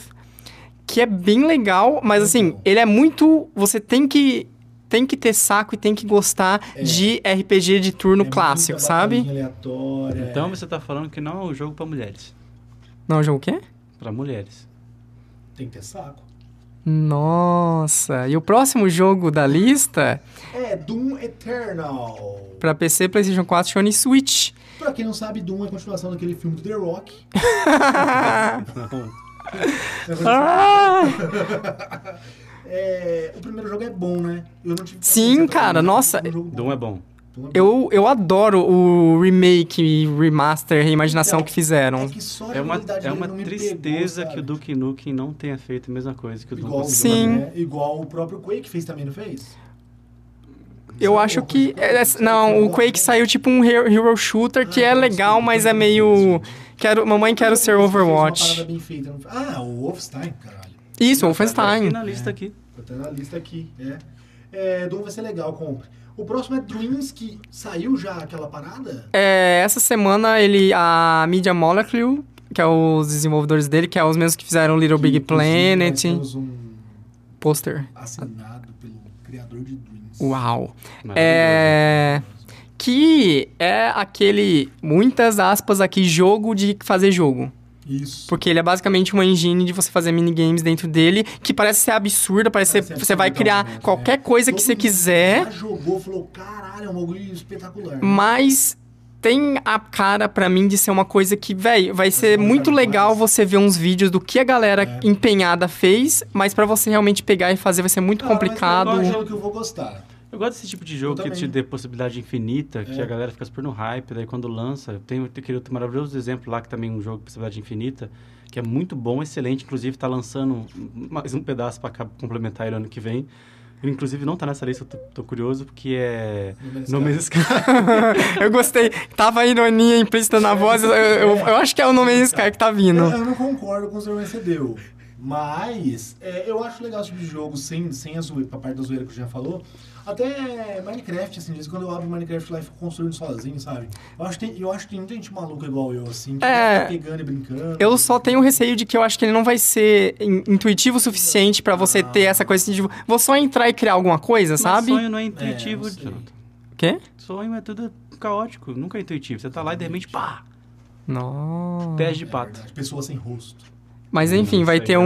S3: que é bem legal, mas
S1: Muito
S3: assim,
S1: bom.
S3: ele é muito. Você tem que. Tem que ter saco e tem que gostar
S1: É.
S3: de RPG de turno
S1: é
S3: clássico,
S1: muita
S3: sabe?
S1: batalhinha Aleatória.
S2: Então você tá falando que não é um jogo pra mulheres.
S3: Não, jogo o quê?
S2: Pra mulheres.
S1: Tem que ter saco.
S3: Nossa! E o próximo jogo da lista,
S1: É Doom Eternal.
S3: pra PC, PlayStation 4, Sony e Switch.
S1: Pra quem não sabe, Doom é a continuação daquele filme do The Rock.
S2: Não.
S3: Ah!
S1: É, o primeiro jogo é bom, né? Eu não tive
S3: Sim,
S1: paciência pra
S3: cara,
S1: jogar,
S3: nossa.
S1: mas o jogo
S2: Doom é bom.
S1: Doom é bom.
S3: Eu, eu adoro o remake, remaster, reimaginação
S1: Então,
S3: que fizeram.
S1: É, que só a
S2: É uma,
S1: jogabilidade
S2: é
S1: dele
S2: uma
S1: não me pegou,
S2: tristeza
S1: sabe?
S2: que o Duke Nukem não tenha feito a mesma coisa que o Doom
S1: Igual,
S2: conseguiu.
S3: Sim.
S1: né? Igual o próprio Quake fez também, não fez?
S3: Eu
S1: Saiu
S3: acho
S1: o
S3: que.
S1: Quake,
S3: é, é,
S1: saiu
S3: não, o
S1: Quake,
S3: Quake
S1: né?
S3: saiu tipo um hero hero shooter que
S1: Ah,
S3: é
S1: não,
S3: legal,
S1: sim,
S3: mas
S1: não
S3: é
S1: tem
S3: meio.
S1: isso.
S3: Quero, mamãe, quero ser
S1: Fez uma parada
S3: Overwatch.
S1: bem feita, não- Ah, o Wolfenstein, caralho.
S3: Isso, é um
S2: Tá aqui
S3: Wolfenstein.
S2: na lista aqui.
S1: Tá até na lista aqui, né? É, Doom vai ser legal, compre. O próximo é Dreams, que saiu já aquela parada?
S3: É, essa semana ele. A Media Molecule, que é os desenvolvedores dele, que é os mesmos que fizeram Little Big
S1: Inclusive, nós
S3: Planet.
S1: temos um
S3: Poster.
S1: assinado pelo criador de Dreams.
S3: Uau.
S2: Maravilhoso.
S3: É. Que é aquele. Muitas aspas aqui, jogo de fazer jogo.
S1: Isso.
S3: Porque ele é basicamente uma engine de você fazer minigames dentro dele, que parece ser absurda, parece ser,
S1: Parece
S3: você vai
S1: absurdão né?
S3: criar
S1: mesmo,
S3: qualquer coisa que
S1: Todo
S3: você
S1: mundo
S3: quiser,
S1: Já jogou, falou, caralho, é um bagulho espetacular. Ah,
S3: mas tem a cara pra mim de ser uma coisa que, velho, vai ser
S1: não
S3: muito
S1: quero
S3: legal
S1: mais.
S3: você ver uns vídeos do que a galera
S1: É.
S3: empenhada fez, mas pra você realmente pegar e fazer vai ser muito
S1: Ah,
S3: complicado.
S1: Mas é um jogo que eu vou gostar.
S2: Eu gosto desse tipo de jogo
S1: Eu
S2: que
S1: também.
S2: te dê possibilidade infinita, que
S1: É.
S2: a galera fica super no hype, daí quando lança. Eu tenho aquele outro maravilhoso exemplo lá, que também é um jogo de possibilidade infinita, que é muito bom, excelente. Inclusive, tá lançando mais um pedaço para complementar ele ano que vem. Inclusive, não tá nessa lista, eu tô, tô curioso, porque é.
S1: No Man's
S2: No Man's Sky.
S3: eu gostei. Tava a ironia implícita na voz. Eu, eu- eu acho que é o nome Sky que tá
S1: Eu,
S3: vindo.
S1: eu não concordo com o Zero Cedeu. Mas é, eu acho legal esse tipo de jogo sem, sem a zoeira, a parte da zoeira que já falou. Até Minecraft, assim, de vez em quando eu abro Minecraft lá e fico construindo sozinho, sabe? Eu acho que tem, eu acho que tem muita gente maluca igual eu, assim, que
S3: É.
S1: fica pegando e brincando. É
S3: Eu só tenho receio de que eu acho que ele não vai ser in- intuitivo o suficiente pra você ter essa coisa de tipo, vou só entrar e criar alguma coisa, sabe?
S2: Mas sonho não é intuitivo,
S1: É, não sei.
S2: Jonathan.
S3: O quê?
S2: Sonho é tudo caótico, nunca é intuitivo. Você tá lá e de repente, pá!
S3: Nossa.
S2: Pés de
S1: É
S2: pato.
S1: verdade, pessoa sem rosto.
S3: Mas enfim,
S2: Não
S3: vai
S2: sei, é
S3: ter
S2: tanta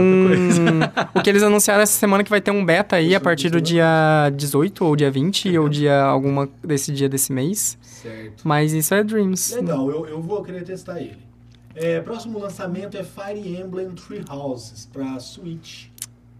S3: um. o que eles anunciaram essa semana é que vai ter um beta aí a
S1: Dezoito,
S3: partir do
S1: dezoito.
S3: dia 18 ou dia 20 ou dia alguma desse dia desse mês.
S1: Certo.
S3: Mas isso é Dreams.
S1: Legal, eu, eu vou querer testar ele. É, próximo lançamento é Fire Emblem Three Houses pra Switch.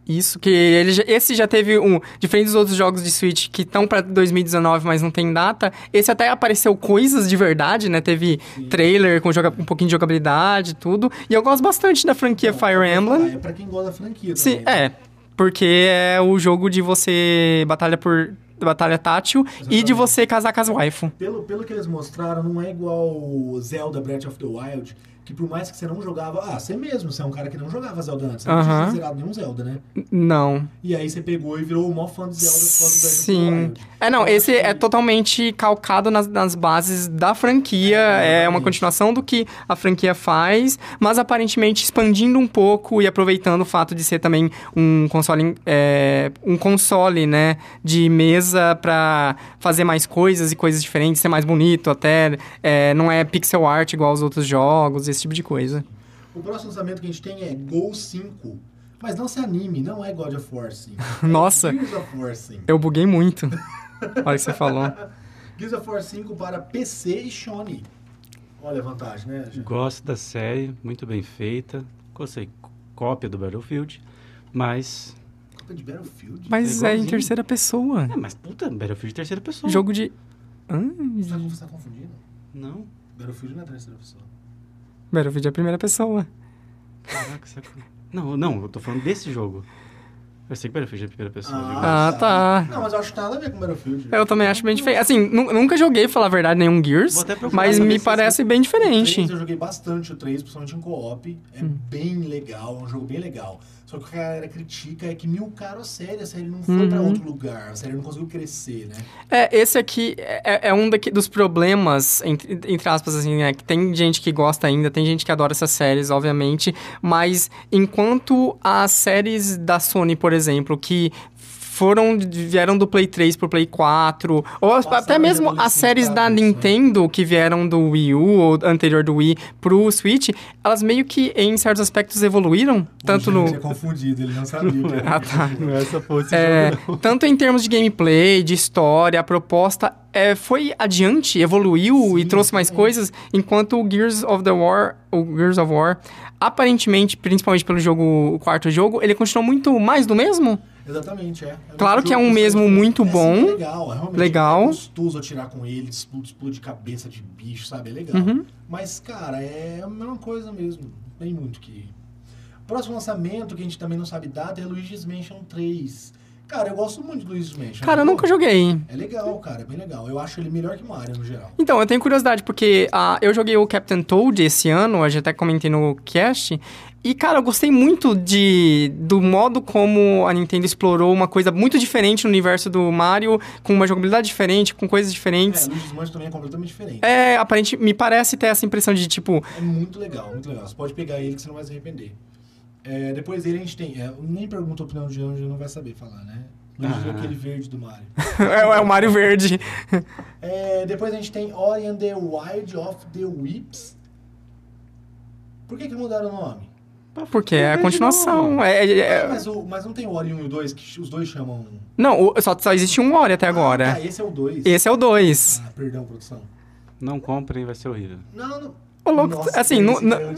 S3: Isso que ele já- esse já teve um, diferente dos outros jogos de Switch que estão pra 2019, mas não tem data. Esse até apareceu coisas de verdade, né? Teve trailer com joga- um pouquinho de jogabilidade, e tudo. E eu gosto bastante da franquia Fire
S1: Ah,
S3: Emblem.
S1: é pra quem gosta da franquia
S3: Sim,
S1: também, né?
S3: é, porque é o jogo de você batalha por batalha tátil e de
S1: Exatamente.
S3: você casar com as waifu.
S1: Pelo, pelo que eles mostraram, não é igual o Zelda Breath of the Wild, que por mais que você não jogava... Ah, você mesmo, você é um cara que não jogava Zelda antes. Você não
S3: Aham.
S1: tinha zerado nenhum Zelda, né?
S3: N- Não.
S1: E aí você pegou e virou o maior fã de Zelda por causa do Breath
S3: Sim.
S1: of the Wild.
S3: É, não, esse é totalmente calcado nas, nas bases da franquia. É, uma
S1: exatamente.
S3: continuação do que a franquia faz, mas aparentemente expandindo um pouco e aproveitando o fato de ser também um console, é, um console, né, de mesa pra fazer mais coisas e coisas diferentes, ser mais bonito até. é, não é pixel art igual aos outros jogos, esse tipo de coisa.
S1: O próximo lançamento que a gente tem é Go 5. Mas não se anime, não é God of War 5.
S3: Nossa.
S1: Gears of War 5.
S3: Eu buguei muito. Olha o que você falou.
S1: Gears of War 5 para PC e Sony. Olha a vantagem, né? gente?
S2: Gosto da série, muito bem feita. Gostei, cópia do Battlefield, mas.
S1: Copa de Battlefield?
S3: Mas é em
S2: Igualzinho.
S3: terceira pessoa.
S2: É, mas puta, Battlefield terceira pessoa.
S3: Jogo de. Hã?
S1: Você tá, você tá confundindo?
S2: Não,
S1: Battlefield não é terceira pessoa.
S3: Battlefield é a primeira pessoa.
S2: caraca, saco. Não, não, eu tô falando desse jogo. Eu sei que Battlefield é a primeira pessoa. eu digo.
S3: Ah, tá.
S1: Não, mas eu acho que nada a ver com Battlefield.
S3: É, Eu também acho bem diferente. Assim, nu- nunca joguei, falar a verdade, nenhum Gears.
S2: Vou até procurar
S3: Mas
S2: saber
S3: me
S2: se
S3: parece bem
S1: O
S3: diferente. Hum.
S1: 3, eu joguei bastante o 3, principalmente em co-op. É bem legal, é um jogo bem legal. Só que o que a galera critica é que milcaram a série. A série não foi pra
S3: Uhum.
S1: outro lugar. A série não conseguiu crescer, né?
S3: É, esse aqui é, é um daqui, dos problemas, entre, entre aspas, assim, né? Que tem gente que gosta ainda, tem gente que adora essas séries, obviamente. Mas enquanto as séries da Sony, por exemplo, que foram vieram do Play 3 pro Play 4, ou as-
S1: Passaram
S3: até
S1: de
S3: mesmo as
S1: adolescente
S3: séries
S1: pra
S3: da
S1: adulto, né?
S3: Nintendo que vieram do Wii U ou anterior do Wii pro Switch, elas meio que em certos aspectos evoluíram, tanto
S1: O
S3: no
S1: Ele é confundido, ele não sabia. que era.
S3: Ah, tá.
S2: Não é essa porra desse
S3: É,
S2: jogo, não.
S3: tanto em termos de gameplay, de história, a proposta é, foi adiante, evoluiu e
S1: Sim,
S3: trouxe mais
S1: sim.
S3: coisas, enquanto o Gears of the War, o Gears of War, aparentemente, principalmente pelo jogo, o quarto jogo, ele continuou muito mais do mesmo?
S1: Exatamente, é. um
S3: Claro que é
S1: jogo
S3: um mesmo
S1: você-
S3: muito
S1: é, sim,
S3: bom.
S1: é legal, é realmente
S3: Legal.
S1: É gostoso atirar com ele, explode, explode cabeça de bicho, sabe? É legal.
S3: Uhum.
S1: Mas, cara, é a mesma coisa mesmo. Não Tem muito que. Próximo lançamento, que a gente também não sabe data, é Luigi's Mansion 3. Cara, eu gosto muito de Luigi's Mansion.
S3: Cara, eu nunca joguei.
S1: É legal, cara, é bem legal. Eu acho ele melhor que Mario, no geral.
S3: Então, eu tenho curiosidade, porque ah, eu joguei o Captain Toad esse ano, eu já até comentei no cast, e, cara, eu gostei muito de, do modo como a Nintendo explorou uma coisa muito diferente no universo do Mario, com uma jogabilidade diferente, com coisas
S1: É,
S3: diferentes.
S1: Luigi's Mansion também é completamente diferente.
S3: É, aparente, me parece ter essa impressão de, tipo,
S1: É muito legal, muito legal. Você pode pegar ele que você não vai se arrepender. É, depois dele a gente tem. é, eu nem pergunto a opinião de Anjo, ele não vai saber falar, né? Luigi é
S2: Ah.
S1: aquele verde do Mario.
S3: é, é o Mario Verde.
S1: É, depois a gente tem Ori and the Wild of the Whips. Por que, que mudaram o nome? Ah,
S3: Porque é a continuação. é- é- é-
S1: Mas, o- mas não tem o Ori 1 e o 2, que os dois chamam. um.
S3: Não, o- só, só existe um Ori até
S1: Ah,
S3: agora.
S1: tá, esse é o 2.
S3: Esse é o 2.
S1: Ah, perdão, produção.
S2: Não comprem, vai ser horrível.
S1: Não, não.
S3: Ô, louco, assim, nu- nu- É.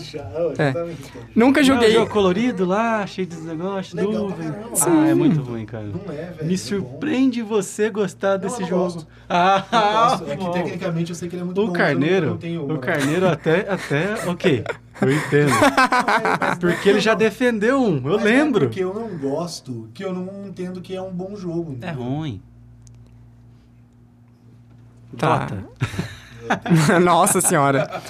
S3: nunca
S2: Joguei.
S3: joguei.
S2: jogo colorido lá, cheio dos negócios,
S1: Legal pra
S2: nuvem.
S1: caramba.
S2: Ah, é muito ruim, cara.
S1: Não é, velho.
S2: Me
S1: é
S2: surpreende você gostar desse
S1: não
S2: jogo.
S1: gosto.
S2: Ah,
S1: bom. Eu gosto. É
S2: bom.
S1: que tecnicamente eu sei que ele é muito bom.
S2: o
S1: mas eu não- eu
S2: carneiro,
S1: não tenho
S2: o
S1: uma.
S2: carneiro até, até, ok, eu entendo.
S1: Ah, mas não é
S2: Porque
S1: que
S2: ele
S1: eu
S2: já
S1: não-
S2: defendeu um, eu
S1: mas É
S2: lembro.
S1: porque eu não gosto, que eu não entendo que é um bom jogo.
S2: É
S1: entendeu?
S2: ruim.
S3: Tá.
S2: Bota.
S3: Nossa senhora.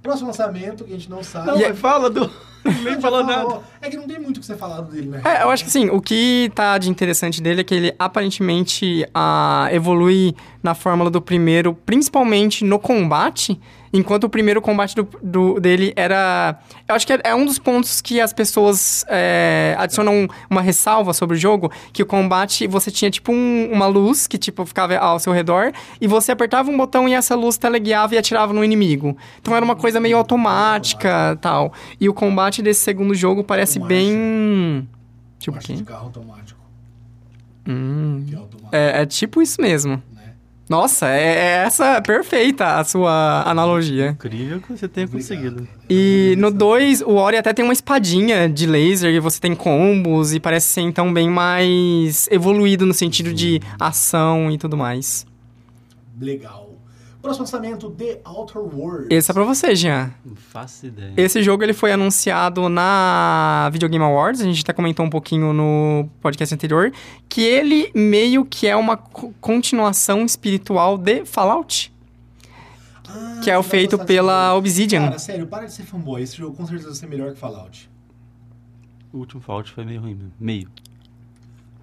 S1: Próximo lançamento, que a gente não sabe.
S2: Não, mas fala do... Nem
S1: Já
S2: falou
S1: falou.
S2: nada.
S1: É que não tem muito o que ser falado dele, né?
S3: É, eu acho que assim, o que tá de interessante dele é que ele aparentemente ah, evolui na fórmula do primeiro, principalmente no combate, enquanto o primeiro combate do, do- dele era. Eu acho que é, é um dos pontos que as pessoas é, adicionam uma ressalva sobre o jogo, que o combate você tinha tipo um- uma luz que tipo ficava ao seu redor e você apertava um botão e essa luz teleguiava e atirava no inimigo. Então era uma coisa meio automática, tal. E o combate desse segundo jogo parece bem Tipo
S1: Eu acho
S3: quem?
S1: de carro automático.
S3: Hum.
S1: Que é automático,
S3: É, é tipo isso mesmo.
S1: né?
S3: Nossa, é, é essa perfeita a sua analogia.
S2: Incrível que você tenha
S1: Obrigado.
S2: conseguido.
S3: E no
S1: Isso.
S3: 2, o Ori até tem uma espadinha de laser e você tem combos e parece ser então bem mais evoluído no sentido de ação e tudo mais.
S1: Legal. Próximo lançamento, The Outer Worlds.
S3: Esse é pra você, Jean.
S2: Não faço ideia.
S3: Esse jogo ele foi anunciado na Video Game Awards, a gente até comentou um pouquinho no podcast anterior, que ele meio que é uma co- continuação espiritual de Fallout,
S1: Ah,
S3: que é o
S1: você vai
S3: feito
S1: gostar desse
S3: pela
S1: jogo.
S3: Obsidian.
S1: Cara, sério, para de ser fanboy. Esse jogo com certeza vai ser melhor que Fallout.
S2: O último Fallout foi meio ruim mesmo. Meio.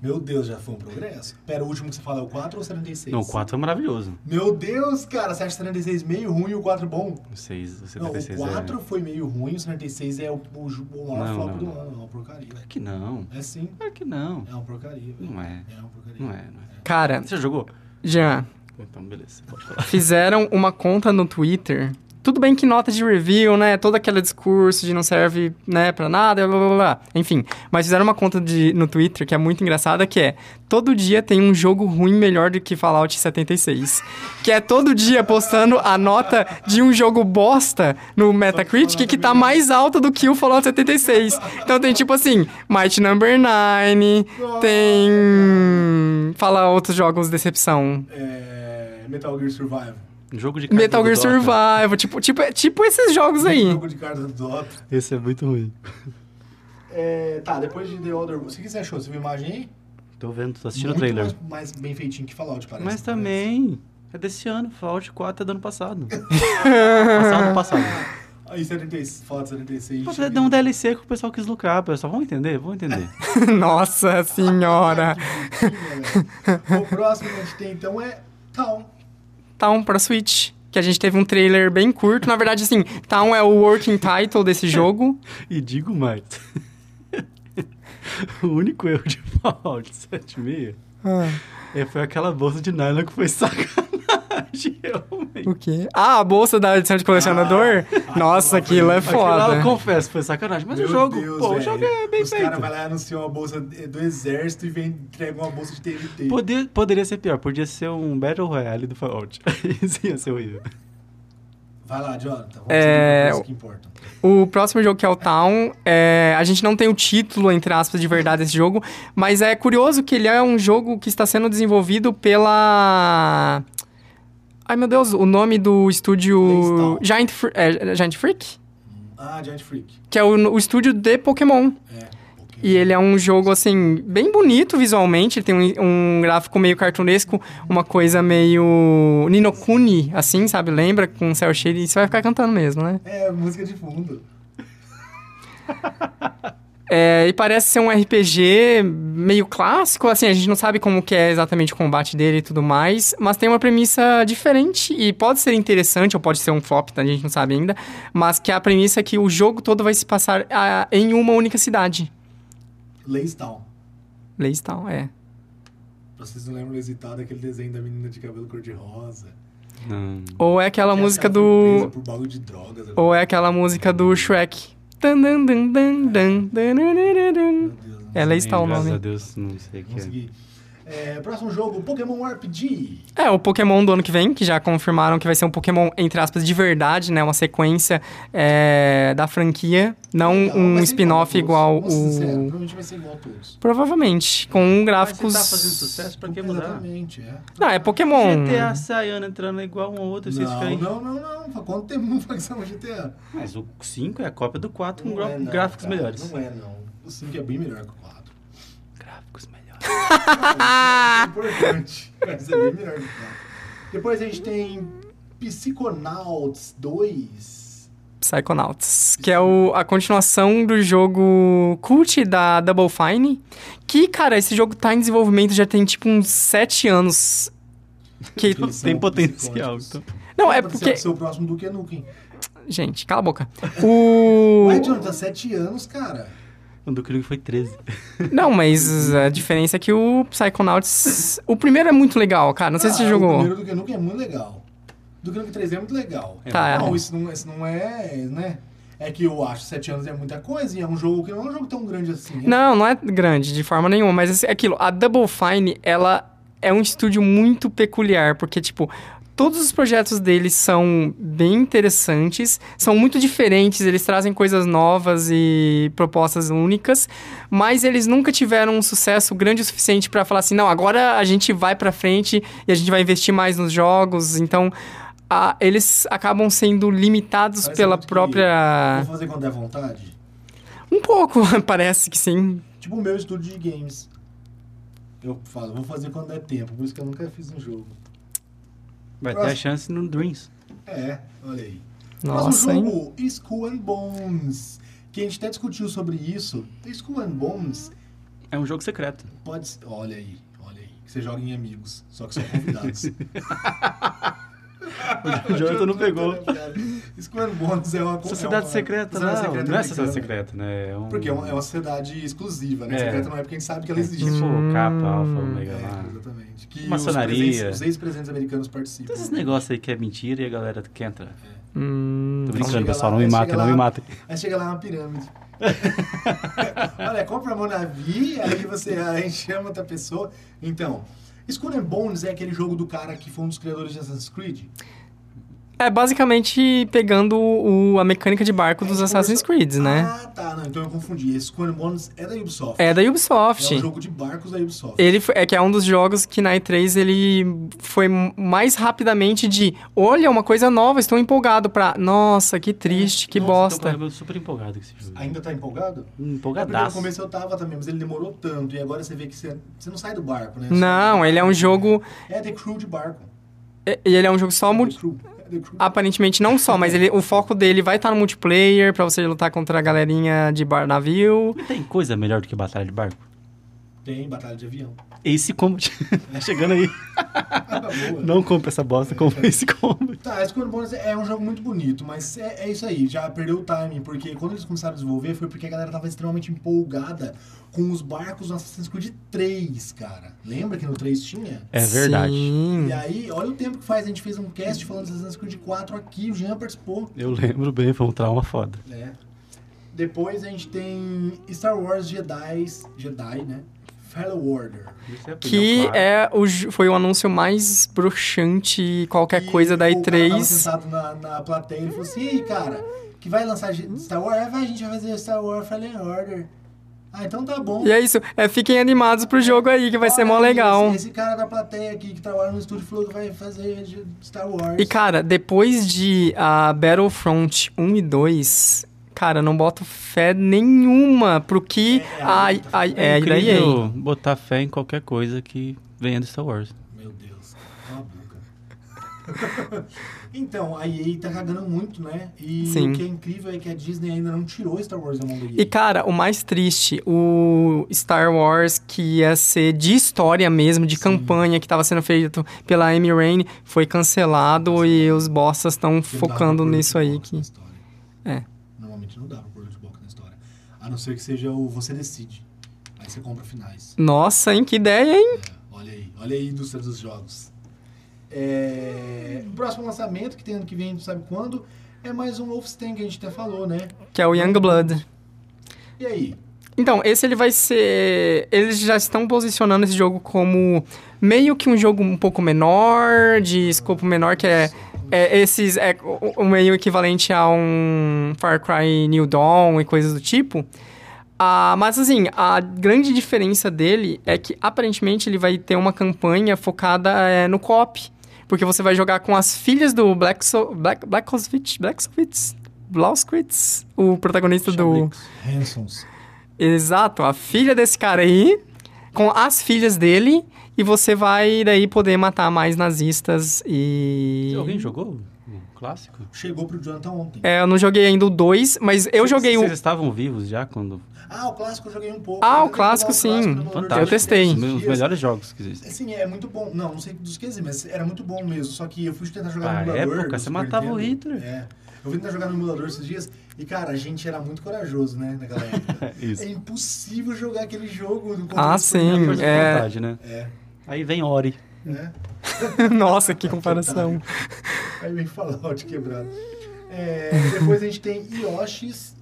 S1: Meu Deus, já foi um progresso? Pera, o último que você fala é o 4 ou o 76?
S2: Não, o 4 é maravilhoso.
S1: Meu Deus, cara, você acha o 76 meio ruim e o 4 bom?
S2: O 6, o
S1: Não,
S2: 76
S1: o 4 foi meio ruim, o 76 é o, o, ju- o maior
S2: é- Não,
S1: flop
S2: não,
S1: do
S2: não.
S1: ano. É uma porcaria.
S2: é. É que não.
S1: É sim,
S2: É que não.
S1: é uma porcaria. velho.
S2: Não é.
S1: É uma porcaria.
S2: Não é, não é.
S3: Cara,
S2: Você jogou?
S3: Jean,
S2: Então, beleza. Pode falar.
S3: fizeram uma conta no Twitter. Tudo bem que nota de review, né? Todo aquele discurso de não serve, né, pra nada, blá blá blá, blá. Enfim, mas fizeram uma conta de, no Twitter que é muito engraçada, que é todo dia tem um jogo ruim melhor do que Fallout 76. Que é todo dia postando a nota de um jogo bosta no Metacritic que tá mais alta do que o Fallout 76. Então tem tipo assim, Might Number 9, tem. Fala outros jogos decepção.
S1: É, Metal Gear Survive.
S2: Jogo de
S3: Metal Gear
S2: carta do Dota.
S3: Survival, tipo, tipo, é- tipo esses jogos aí.
S1: Jogo de cartas do Dota.
S2: Esse é muito ruim.
S1: É, tá, depois de The Other... O que você achou? Você viu a imagem aí?
S2: Tô vendo, tô assistindo
S1: Muito
S2: o trailer.
S1: Mais, mais bem feitinho que Fallout, parece.
S2: Mas também é desse ano, Fallout 4 é do ano passado. passado, passado.
S1: Aí 76, Fallout 76.
S2: Mas é de um DLC que o pessoal quis lucrar, pessoal. Vamos entender, vamos entender.
S3: Nossa senhora.
S1: O próximo que a gente tem, então, é Town.
S3: Town Tá um pra Switch. Que a gente teve um trailer bem curto. Na verdade, assim, Town é o working title desse jogo.
S2: E digo mais. o único erro de Fallout 76 é, foi aquela bolsa de nylon que foi sacanagem, realmente.
S3: o quê? Ah, a bolsa da edição de colecionador? Nossa, aquilo é
S2: Aquilo lá eu
S3: foda.
S2: confesso, foi sacanagem. Mas o jogo, pô, o
S1: velho.
S2: jogo é bem
S1: Os
S2: feito.
S1: caras vão lá e anunciam uma bolsa do exército e vem, entregam uma bolsa de TNT.
S2: Poder- poderia ser pior, podia ser um Battle Royale do Fallout. Isso ia ser horrível.
S1: Vai lá, Jonathan. Vamos
S3: É,
S1: é... que importa.
S3: O próximo jogo que é o Town, é, a gente não tem o título, entre aspas, de verdade desse jogo, mas é curioso que ele é um jogo que está sendo desenvolvido pela. Ai meu Deus, o nome do estúdio.
S1: Playstyle.
S3: Giant, Fre- é, Giant Freak?
S1: Ah, Giant Freak.
S3: Que é o, o estúdio de Pokémon.
S1: É. ok.
S3: E ele é um jogo, assim, bem bonito visualmente. Ele tem um, um gráfico meio cartunesco, uma coisa meio Ninokuni, assim, sabe? Lembra? Com cel shade. Você vai ficar cantando mesmo, né?
S1: É, música de fundo.
S3: É, e parece ser um RPG meio clássico, assim, a gente não sabe como que é exatamente o combate dele e tudo mais, mas tem uma premissa diferente e pode ser interessante, ou pode ser um flop, tá? a gente não sabe ainda, mas que é a premissa é que o jogo todo vai se passar ah, em uma única cidade.
S1: Lacedown.
S3: Leistal, é.
S1: Vocês não lembram do Exitado, aquele desenho da menina de cabelo cor-de-rosa?
S2: Não.
S3: Ou é aquela
S1: Que
S3: música
S1: ela foi
S3: do...
S1: presa Por bagulho de drogas.
S3: Ou é aquela música do Shrek. Tan, dan, dan, dan, dan, dan, dan, dan, dan.
S1: Meu Deus, não
S3: É
S2: Nem,
S3: Leistal o
S2: Graças a
S3: nome.
S2: Deus, não sei o que é.
S1: consegui. É, próximo jogo, Pokémon RPG.
S3: É, o Pokémon do ano que vem, que já confirmaram que vai ser um Pokémon, entre aspas, de verdade, né? Uma sequência é, da franquia, não
S1: Legal,
S3: um
S1: vai ser
S3: spin-off
S1: igual a
S3: igual
S1: todos. Vou ser sincero,
S3: o...
S1: provavelmente vai ser igual a todos.
S3: Provavelmente, com gráficos...
S2: Mas se tá fazendo sucesso, pra que mudar?
S1: Exatamente, é.
S3: Não, é Pokémon.
S2: GTA saindo entrando igual um ao outro, vocês
S1: Não,
S2: ficarem.
S1: não, não, não. Faz quanto tempo não faz um GTA?
S2: Mas o 5 é a cópia do 4 com
S1: Não
S2: gra-
S1: é, não,
S2: gráficos
S1: cara,
S2: melhores.
S1: Não é, não. O 5 é bem melhor que o 4.
S2: Gráficos melhores.
S1: Ah! importante. Mas é bem melhor que o 4. Depois a gente tem Psychonauts 2.
S3: Psychonauts, que é o- a continuação do jogo cult da Double Fine, que, cara, esse jogo tá em desenvolvimento já tem, tipo, uns sete anos. Que...
S1: Que eles são
S2: Tem potencial,
S1: psicóticos.
S2: então.
S3: Não, é
S1: Pode
S3: porque...
S1: ser o próximo do Kenuken.
S3: Gente, cala a boca.
S2: tipo,
S3: O...
S1: Ué, Jonathan, 7 anos, cara.
S2: O do Krieg foi 13.
S3: Não, mas a diferença é que o Psychonauts... O primeiro é muito legal, cara. Não sei se
S1: Ah,
S3: você
S1: O
S3: jogou.
S1: primeiro do Kenuken é muito legal. Do Kenuken 3 é muito legal.
S3: Tá.
S1: Não, isso não, isso não é, né? É que eu acho 7 anos é muita coisa e é um jogo que não é um jogo tão grande assim. né?
S3: Não, não é grande de forma nenhuma, mas assim, é aquilo, a Double Fine, ela é um estúdio muito peculiar, porque, tipo, todos os projetos deles são bem interessantes, são muito diferentes, eles trazem coisas novas e propostas únicas, mas eles nunca tiveram um sucesso grande o suficiente pra falar assim, não, agora a gente vai pra frente e a gente vai investir mais nos jogos, então... a- eles acabam sendo limitados
S1: Parece
S3: pela
S1: muito que-
S3: própria.
S1: Vou fazer quando der vontade.
S3: Um pouco, parece que sim.
S1: Tipo o meu estúdio de games. Eu falo, vou fazer quando der tempo, por isso que eu nunca fiz um jogo.
S2: Vai ter a
S1: Próximo.
S2: chance no Dreams.
S1: É, olha aí.
S3: Nossa, hein?
S1: Próximo jogo, School and Bones. Que a gente até discutiu sobre isso. School and Bones
S2: É um jogo secreto.
S1: pode ser. Olha aí, olha aí. Você joga em amigos, só que são convidados.
S2: O Jonathan não pegou.
S1: School and Bones é uma
S2: Sociedade
S1: é uma-
S2: secreta,
S1: sociedade secreta
S2: não. Não é
S1: americana.
S2: sociedade secreta, né? É um...
S1: Porque é uma é uma sociedade exclusiva, né?
S2: É.
S1: Secreta não é porque a gente sabe que ela
S2: É tipo
S1: existe.
S2: capa, alfa,
S1: É,
S2: ômega lá.
S1: exatamente. Que
S2: Maçonaria.
S1: os presentes- os ex-presidentes americanos participam.
S2: Esses negócios aí que é mentira e a galera que entra.
S3: Hum,
S2: Tô
S1: chega
S2: brincando,
S1: lá,
S2: pessoal, não me
S1: chega
S2: matem, não
S1: lá.
S2: me matem.
S1: Aí chega lá uma pirâmide. Olha, compra a Monavi, aí você aí chama outra pessoa. Então, Skull and Bones é aquele jogo do cara que foi um dos criadores de Assassin's Creed.
S3: É basicamente pegando o- a mecânica de barco
S1: É,
S3: dos Assassin's Creed, né?
S1: Ah, tá. Não, então eu confundi. Esse Skull and Bones é da Ubisoft.
S3: É da
S1: É um
S3: Ubisoft.
S1: jogo de barcos da Ubisoft.
S3: Ele foi- é que é um dos jogos que na E3 ele foi mais rapidamente de olha, uma coisa nova, estou empolgado pra. Nossa, que triste, que
S2: Nossa, então
S3: bosta.
S2: Eu tô super empolgado com esse jogo.
S1: Ainda tá empolgado? É, Porque no
S2: Empolgadaço.
S1: começo eu tava também, mas ele demorou tanto. E agora você vê que você, você não sai do barco, né?
S3: Não, ele é um jogo.
S1: É The Crew de barco.
S3: é- Ele é um jogo só
S1: É
S3: multi.
S1: The Crew. É The
S3: Ah.
S1: Crew.
S3: Aparentemente não só, mas ele, o foco dele vai estar no multiplayer pra você lutar contra a galerinha de bar navio.
S2: Tem coisa melhor do que batalha de barco?
S1: Tem Batalha de Avião.
S2: Ace Combat. tá chegando aí.
S1: Ah, boa.
S2: Não compra essa bosta, compra Ace Combat.
S1: Tá, Skull and Bones é um jogo muito bonito, mas é, é isso aí, já perdeu o timing, porque quando eles começaram a desenvolver foi porque a galera tava extremamente empolgada com os barcos do Assassin's Creed 3, cara. Lembra que no 3 tinha?
S2: É verdade.
S3: Sim.
S1: E aí, olha o tempo que faz, a gente fez um cast falando de Assassin's Creed 4 aqui, o Jean participou.
S2: Eu lembro bem, foi um trauma foda.
S1: né? Depois a gente tem Star Wars Jedi, Jedi, né? Fellow Order.
S3: Que
S2: um
S3: é o, ju- foi o anúncio mais bruxante qualquer
S1: E
S3: coisa da
S1: o cara tava
S3: E3.
S1: sentado na, na plateia e falou assim: Ei, cara, que vai lançar Star Wars? É, vai, a gente vai fazer Star Wars Fallen Order. Ah, então tá bom.
S3: E é isso. É, fiquem animados pro jogo aí, que vai ser
S1: Olha
S3: mó
S1: aí,
S3: legal.
S1: Esse, esse cara da plateia aqui que trabalha no estúdio falou que vai fazer de Star Wars.
S3: E cara, depois de a Battlefront 1 e 2, cara, não boto fé nenhuma pro que
S1: É, é,
S3: a,
S1: não tá
S3: a,
S1: fé.
S3: é, daí, hein?
S2: incrível botar fé em qualquer coisa que venha do Star Wars.
S1: Meu Deus, cala a boca. então, a EA tá cagando muito, né? E
S3: Sim.
S1: o que é incrível é que a Disney ainda não tirou Star Wars da mão da EA.
S3: E cara, o mais triste, o Star Wars que ia ser de história mesmo, de campanha que tava sendo feito pela Amy Raine, foi cancelado e os bostas estão
S1: Porque não dá pra
S3: focando
S1: pôr o
S3: nisso aí
S1: Xbox na
S3: que
S1: história.
S3: É.
S1: Normalmente não dá pra pôr o Xbox na história. A não ser que seja o Você Decide. Aí você compra finais.
S3: Nossa, hein? Que ideia, hein?
S1: É, olha aí. Olha aí a indústria dos jogos. É, O próximo lançamento, que tem ano que vem, a gente sabe quando, é mais um Wolfenstein que a gente até falou, né?
S3: Que é o Youngblood.
S1: E aí?
S3: Então, esse ele vai ser. Eles já estão posicionando esse jogo como meio que um jogo um pouco menor, de escopo menor, que é. é esses. É o- o meio equivalente a um Far Cry New Dawn e coisas do tipo. Ah, mas assim, a grande diferença dele é que aparentemente ele vai ter uma campanha focada eh, no co-op. Porque você vai jogar com as filhas do Blackso, Black, Blackoswitz, Blacksowitz, Blauskwitz, o protagonista do...
S2: Chablix.
S1: Hansons.
S3: Exato, a filha desse cara aí, com as filhas dele, e você vai daí poder matar mais nazistas e...
S2: Alguém jogou o clássico?
S1: Chegou pro Jonathan ontem.
S3: É, eu não joguei ainda o 2, mas eu
S2: Vocês-
S3: joguei um- o...
S2: Vocês estavam vivos já quando...
S1: Ah, o clássico eu joguei um pouco.
S3: Ah,
S1: Eu
S3: o
S1: tentei
S3: clássico,
S1: jogar o
S3: sim.
S1: no valor
S2: Fantástico.
S3: Eu testei.
S2: Os
S1: de
S2: me- Os
S1: dias.
S2: melhores jogos que existem.
S1: Sim, é muito bom. Não, não sei dos que dizer, mas era muito bom mesmo. Só que eu fui tentar jogar
S2: Na
S1: no emulador.
S2: época,
S1: do
S2: você
S1: Super
S2: matava o
S1: Nintendo.
S2: Hitler.
S1: É. Eu fui tentar jogar no emulador esses dias e, cara, a gente era muito corajoso, né, naquela época.
S2: Isso.
S1: é impossível jogar aquele jogo no
S3: Ah,
S1: controle
S2: É a
S3: sim,
S2: força de
S3: é...
S2: vontade, né?
S1: É,
S2: Aí vem Ori.
S1: né?
S3: Nossa, que comparação.
S1: Aí vem Fallout quebrado. É, depois a gente tem Yoshi's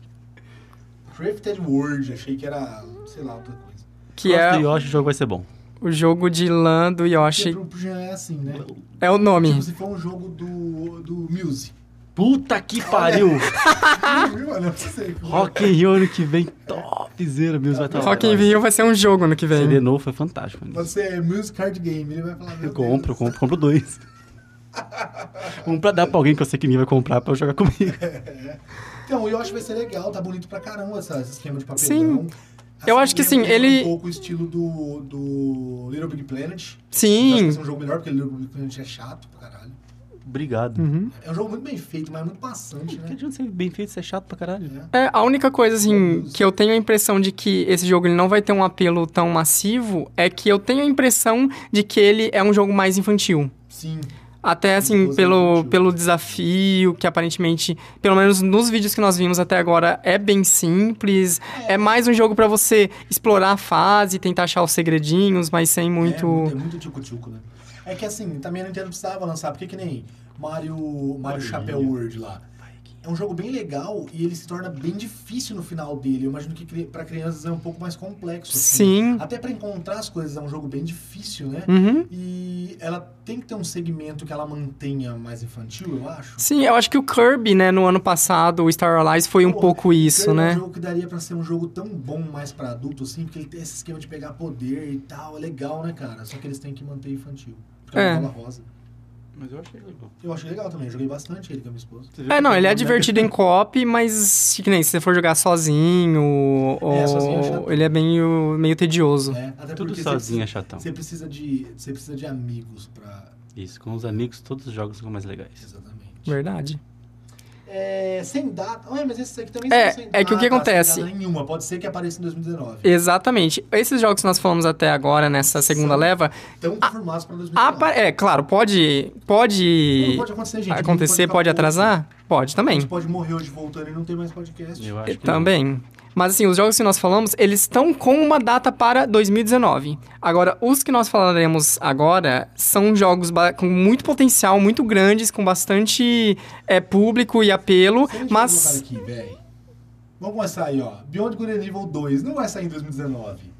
S1: Crafted World. Achei que era, sei lá, outra coisa.
S3: Que
S2: Gosto
S3: é
S2: do Yoshi, o jogo vai ser bom.
S3: o jogo de lã do
S1: Porque
S3: Yoshi.
S1: pro, pro Jean é assim, né?
S3: É o nome.
S1: Tipo, se for um jogo do, do Music.
S2: Puta que pariu!
S1: Mano, eu não sei.
S2: Ah! Rock in Rio ano que vem, topzera, Mills vai estar lá.
S3: Rock in Rio vai ser um jogo ano que
S2: O CD
S3: vem.
S2: novo foi fantástico. né?
S1: Você é Music Card Game, ele vai falar. meu
S2: Eu
S1: Deus.
S2: compro, compro, compro dois. um pra dar pra alguém que eu sei que ninguém vai comprar pra eu jogar comigo.
S1: Então, o Yoshi vai ser legal, tá bonito pra caramba essa- esse esquema de papelão.
S3: Sim.
S1: Assim,
S3: Eu acho que, assim,
S1: lembra
S3: ele-
S1: Um pouco o estilo do, do Little Big Planet. Eu acho que vai
S3: Sim.
S1: ser um jogo melhor, porque Little Big Planet é chato pra caralho.
S2: Obrigado.
S3: Uhum.
S1: É um jogo muito bem feito, mas é muito maçante,
S2: Que
S1: né?
S2: adianta ser bem feito, ser chato pra caralho.
S1: É.
S3: É, a única coisa, assim, que eu tenho a impressão de que esse jogo ele não vai ter um apelo tão massivo é que eu tenho a impressão de que ele é um jogo mais infantil.
S1: Sim.
S3: Até, assim,
S1: Inclusive,
S3: pelo,
S1: infantil.
S3: pelo desafio, que aparentemente, pelo menos nos vídeos que nós vimos até agora, é bem simples. É mais um jogo pra você explorar a fase, tentar achar os segredinhos, mas sem
S1: É
S3: muito...
S1: muito, é muito tchucu-tchucu, né? É que assim, também a Nintendo precisava lançar, porque que nem Mario, Mario Chapéu World lá. É um jogo bem legal e ele se torna bem difícil no final dele. Eu imagino que cri- pra crianças é um pouco mais complexo. assim.
S3: Sim.
S1: Até pra encontrar as coisas é um jogo bem difícil, né?
S3: Uhum.
S1: E ela tem que ter um segmento que ela mantenha mais infantil, eu acho.
S3: Sim, eu acho que o Kirby, né, no ano passado, o Star Allies foi um
S1: Pô,
S3: pouco isso,
S1: Kirby É um
S3: né?
S1: jogo que daria pra ser um jogo tão bom mais pra adulto, assim, porque ele tem esse esquema de pegar poder e tal, é legal, né, cara? Só que eles têm que manter infantil. Porque é
S3: É.
S1: uma bola rosa.
S2: Mas eu achei legal.
S1: Eu achei legal também, eu joguei bastante ele com a minha esposa.
S3: É, não,
S1: né?
S3: ele é divertido em co-op, mas que nem se você for jogar sozinho, ou,
S1: É, sozinho é chato.
S3: ele é meio, meio tedioso.
S1: É, até
S2: Tudo
S1: porque
S2: sozinho é
S1: você,
S2: chatão.
S1: você precisa de Você precisa de amigos pra.
S2: Isso, com os amigos todos os jogos são mais legais.
S1: Exatamente.
S3: Verdade.
S1: É, sem data. Ué, mas esses aqui também
S3: É,
S1: são sem
S3: é que o que
S1: data,
S3: acontece?
S1: Sem data nenhuma, pode ser que apareça em 2019.
S3: Exatamente. Esses jogos que nós falamos até agora, nessa segunda
S1: Sim.
S3: leva,
S1: Estão confirmados pra 2019.
S3: Ah, apa- é claro, pode, pode,
S1: Não pode acontecer, gente.
S3: acontecer,
S1: ficar
S3: pode
S1: pouco.
S3: atrasar? Pode
S1: A
S3: também.
S1: gente pode morrer hoje voltando e não tem mais podcast.
S2: Eu
S3: E
S2: acho que não.
S3: Também. Mas assim, os jogos que nós falamos, eles estão com uma data para 2019. Agora, os que nós falaremos agora são jogos ba- com muito potencial, muito grandes, com bastante é, público e apelo,
S1: Sei onde
S3: mas
S1: eu vou colocar Aqui, véi. Vamos começar aí, ó. Beyond Good and Evil 2 não vai sair em 2019.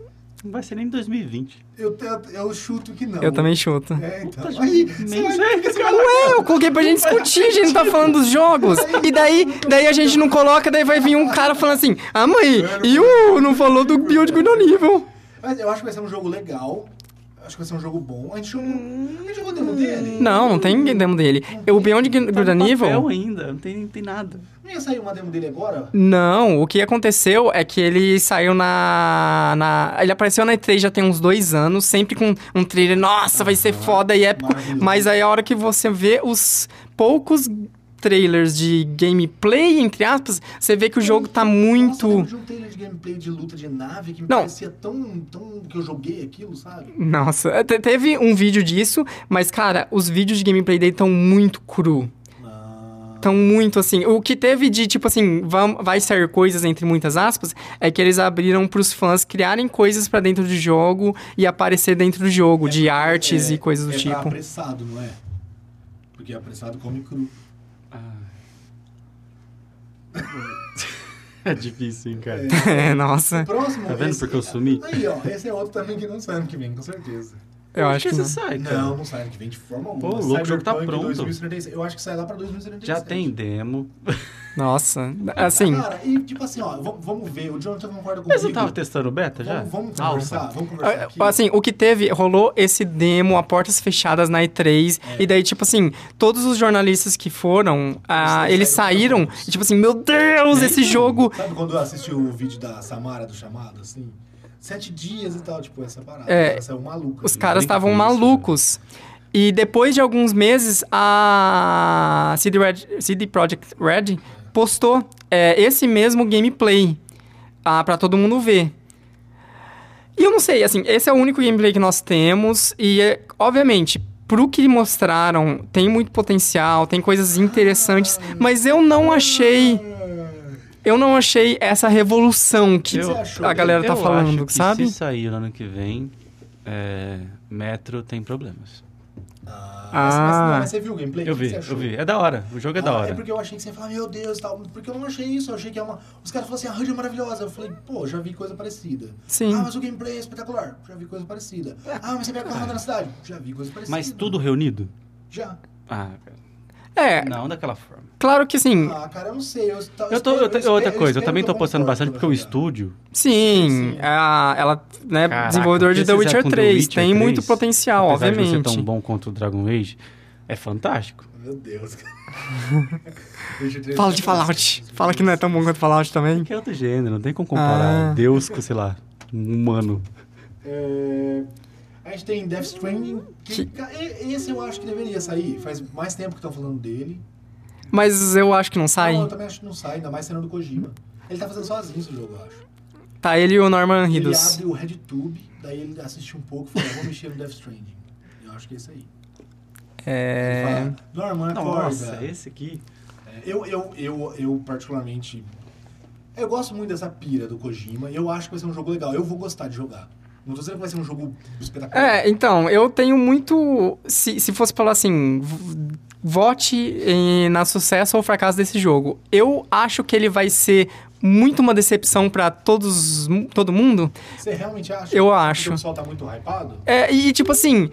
S2: Não vai ser nem em 2020.
S1: Eu, te- eu chuto que não.
S3: eu também chuto.
S1: É, então.
S2: Puta,
S1: Aí,
S2: gente,
S1: você
S2: nem
S1: vai-
S2: sei, tá
S1: por que você
S2: cara.
S1: vai-
S3: É, eu coloquei pra gente discutir, a gente não tá falando dos jogos. E daí, daí a gente não coloca, daí vai vir um cara falando assim, ah mãe, e o não falou do Build Good Nível.
S1: Mas eu acho que vai ser um jogo legal. Acho que vai ser um jogo bom. A gente jogou. A gente jogou o demo dele?
S3: Não, não tem ninguém demo dele. O Beyond Good
S2: tá no
S3: Nível...
S2: papel ainda, não tem, não tem nada.
S1: Não ia sair uma demo dele agora?
S3: Não, o que aconteceu é que ele saiu na, na- Ele apareceu na E3 já tem uns dois anos, sempre com um trailer, nossa, vai ser foda e épico.
S1: Maravilhoso.
S3: Mas aí a hora que você vê os poucos trailers de gameplay, entre aspas, você vê que o jogo tá
S1: Nossa, eu lembro
S3: muito.
S1: de um trailer de gameplay de luta de nave que me
S3: Não.
S1: parecia tão, tão. que eu joguei aquilo, sabe?
S3: Nossa, te- teve um vídeo disso, mas cara, os vídeos de gameplay dele estão muito cru.
S1: Ah,
S3: Então, muito assim. O que teve de, tipo assim, vam- vai sair coisas entre muitas aspas, é que eles abriram pros fãs criarem coisas pra dentro do jogo e aparecer dentro do jogo, de artes
S1: é-
S3: e coisas do
S1: é pra
S3: tipo.
S1: apressado, não é?
S2: Tá
S1: Porque apressado come cru.
S2: É difícil, hein, cara.
S3: É, nossa,
S1: Próximo.
S2: Tá vendo
S1: esse-
S2: porque eu sumi?
S1: Aí, ó, esse é outro também que não sai ano que vem, com certeza.
S3: eu acho que
S2: você
S3: não.
S2: sai, cara.
S1: Não, não sai ano que vem de forma alguma.
S2: louco, o jogo tá
S1: Cyberpunk
S2: pronto.
S1: 2036. Eu acho que sai lá pra 2037.
S2: Já tem demo.
S3: Nossa, assim,
S1: Cara, e tipo assim, ó, vamos, vamos ver. O Jonathan concorda comigo.
S2: Mas eu tava testando beta já? Ah,
S1: Vamos, vamos
S2: Alça.
S1: conversar, vamos conversar aqui.
S3: Assim, o que teve, rolou esse demo a portas fechadas na E3,
S1: É.
S3: e daí, tipo assim, todos os jornalistas que foram, ah,
S1: Eles
S3: eles
S1: saíram É.
S3: saíram, e tipo assim, meu Deus, esse jogo.
S1: Sabe quando eu assisti o vídeo da Samara do chamado, assim? Sete dias e tal, tipo, essa parada.
S3: É.
S1: Ela saiu maluca.
S3: Os
S1: né?
S3: caras
S2: brinca com
S3: estavam
S2: isso,
S3: malucos. E depois de alguns meses, a CD, Red, CD Projekt Red postou é, esse mesmo gameplay ah, para todo mundo ver. E eu não sei, assim, esse é o único gameplay que nós temos e, é, obviamente, pro que mostraram, tem muito potencial, tem coisas interessantes, mas eu não achei, eu não achei essa revolução que
S1: Eu- achou?
S3: a galera tá
S2: Eu
S3: falando,
S2: acho que
S3: sabe?
S2: Se sair no ano que vem, é, Metro tem problemas.
S1: Ah, mas- mas,
S3: Ah.
S1: não, mas você viu o gameplay?
S2: Eu
S1: O que que
S2: vi,
S1: você achou?
S2: eu vi. É da hora. O jogo é da
S1: Ah,
S2: hora.
S1: É porque eu achei que você ia falar, meu Deus, tal. Porque eu não achei isso, eu achei que é uma. Os caras falaram assim, a HUD é maravilhosa. Eu falei, pô, já vi coisa parecida.
S3: Sim. É.
S1: Ah, mas o gameplay é espetacular. Já vi coisa parecida. Ah, mas você pega carro na cidade. Já vi coisa parecida.
S2: Mas tudo reunido?
S1: Já.
S2: Ah, cara.
S3: É,
S2: Não, daquela forma.
S3: claro que sim,
S1: Ah, cara, eu não sei. Eu, tô,
S2: Eu tô, eu te- outra coisa, eu
S1: um
S2: também tô postando bastante porque o
S1: estudo.
S2: estúdio.
S3: Sim, a- ela né,
S2: Caraca,
S3: desenvolvedor
S2: o que
S3: de The
S2: eles fizeram
S3: Witcher
S2: com
S3: 3,
S2: The Witcher
S3: tem
S2: 3,
S3: muito potencial,
S2: apesar de não ser
S3: obviamente.
S2: tão bom quanto o Dragon Age, é fantástico.
S1: Meu Deus, cara. Deixa eu ter-
S3: Fala de
S1: assim.
S3: Fallout. Fala que não é tão bom quanto Fallout também.
S2: Que é outro gênero, não tem como comparar
S3: Ah.
S2: Deus com, sei lá, um humano.
S1: É, A gente tem Death Stranding. Que... e- Esse eu acho que deveria sair. Faz mais tempo que estão falando dele.
S3: Mas eu acho que não sai.
S1: Não, eu também acho que não sai, ainda mais sendo do Kojima. Ele tá fazendo sozinho esse jogo, eu acho.
S3: Tá ele e o Norman
S1: Ele
S3: Reedus.
S1: abre o RedTube, daí ele assiste um pouco e fala, vou mexer no Death Stranding. Eu acho que é isso aí.
S3: É...
S1: Ele fala, Norman, acorda.
S2: Nossa, esse aqui.
S1: É, Eu, eu, eu, eu particularmente. Eu gosto muito dessa pira do Kojima e eu acho que vai ser um jogo legal. Eu vou gostar de jogar. Não tô dizendo que vai ser um jogo espetacular.
S3: É, então, eu tenho muito. Se, se fosse falar assim, v- vote em- na sucesso ou fracasso desse jogo. Eu acho que ele vai ser muito uma decepção pra todos, todo mundo.
S1: Você realmente acha?
S3: Eu
S1: que
S3: acho.
S1: O pessoal tá muito hypado?
S3: É, e tipo assim,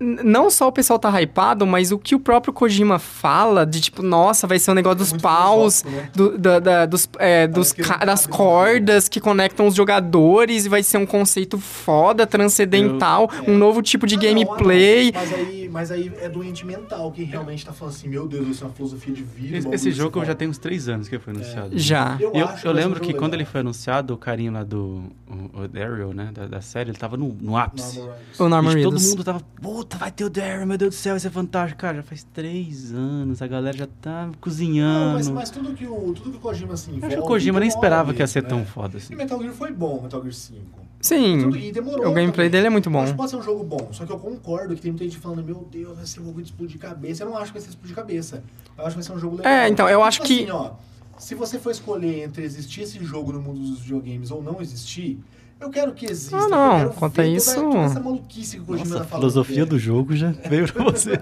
S3: n- não só o pessoal tá hypado, mas o que o próprio Kojima fala de tipo, nossa, vai ser um negócio dos
S1: É Muito
S3: paus,
S1: filosófico, né?
S3: do- da- da- dos, é, dos
S1: que ele
S3: ca-
S1: não
S3: das
S1: sabe do
S3: cordas que conectam os jogadores, e vai ser um conceito foda, transcendental, um novo tipo de
S1: Ah, não,
S3: gameplay.
S1: ah, não. mas, aí, mas aí é doente mental quem realmente tá falando assim: meu Deus, isso é uma filosofia de vida.
S2: Esse,
S1: bagulho
S2: esse jogo eu
S1: que
S2: já tenho uns três anos que foi anunciado.
S3: Já.
S1: Eu
S2: Eu,
S1: acho
S2: eu
S1: que vai ser um
S2: lembro
S1: jogo
S2: que quando
S1: legal.
S2: ele foi anunciado, o carinha lá do o, o Daryl, né, da, da série, ele tava no, no ápice.
S1: Normal Rise.
S3: O Norman
S2: Gente, todo
S3: Reedus.
S2: mundo tava, puta, vai ter o Daryl, meu Deus do céu, isso é fantástico. Cara, já faz três anos, a galera já tá cozinhando.
S1: Não, mas, mas tudo que o tudo que o Kojima assim.
S2: Eu acho que o Kojima nem esperava que ia ser tão foda
S1: né? E
S2: assim.
S1: Metal Gear foi bom, Metal Gear 5. Tudo-
S3: Sim.
S1: e demorou
S3: O gameplay
S1: também.
S3: dele é muito
S1: Eu
S3: bom.
S1: Acho que pode ser um jogo bom, só que eu concordo que tem muita gente falando, meu Deus, vai ser um jogo de explodir cabeça. Eu não acho que vai ser explodir cabeça. Eu acho que vai ser um jogo legal.
S3: É, então, eu acho
S1: Tipo
S3: que-
S1: assim, ó, se você for escolher entre existir esse jogo no mundo dos videogames ou não existir, eu quero que exista.
S3: Ah,
S1: eu
S3: não,
S1: quero
S3: quanto a
S1: ver toda-
S3: isso-
S1: Toda, essa maluquice que o Kojima
S2: Nossa, a
S1: tá falando.
S2: filosofia
S1: dele.
S2: do jogo já veio pra você.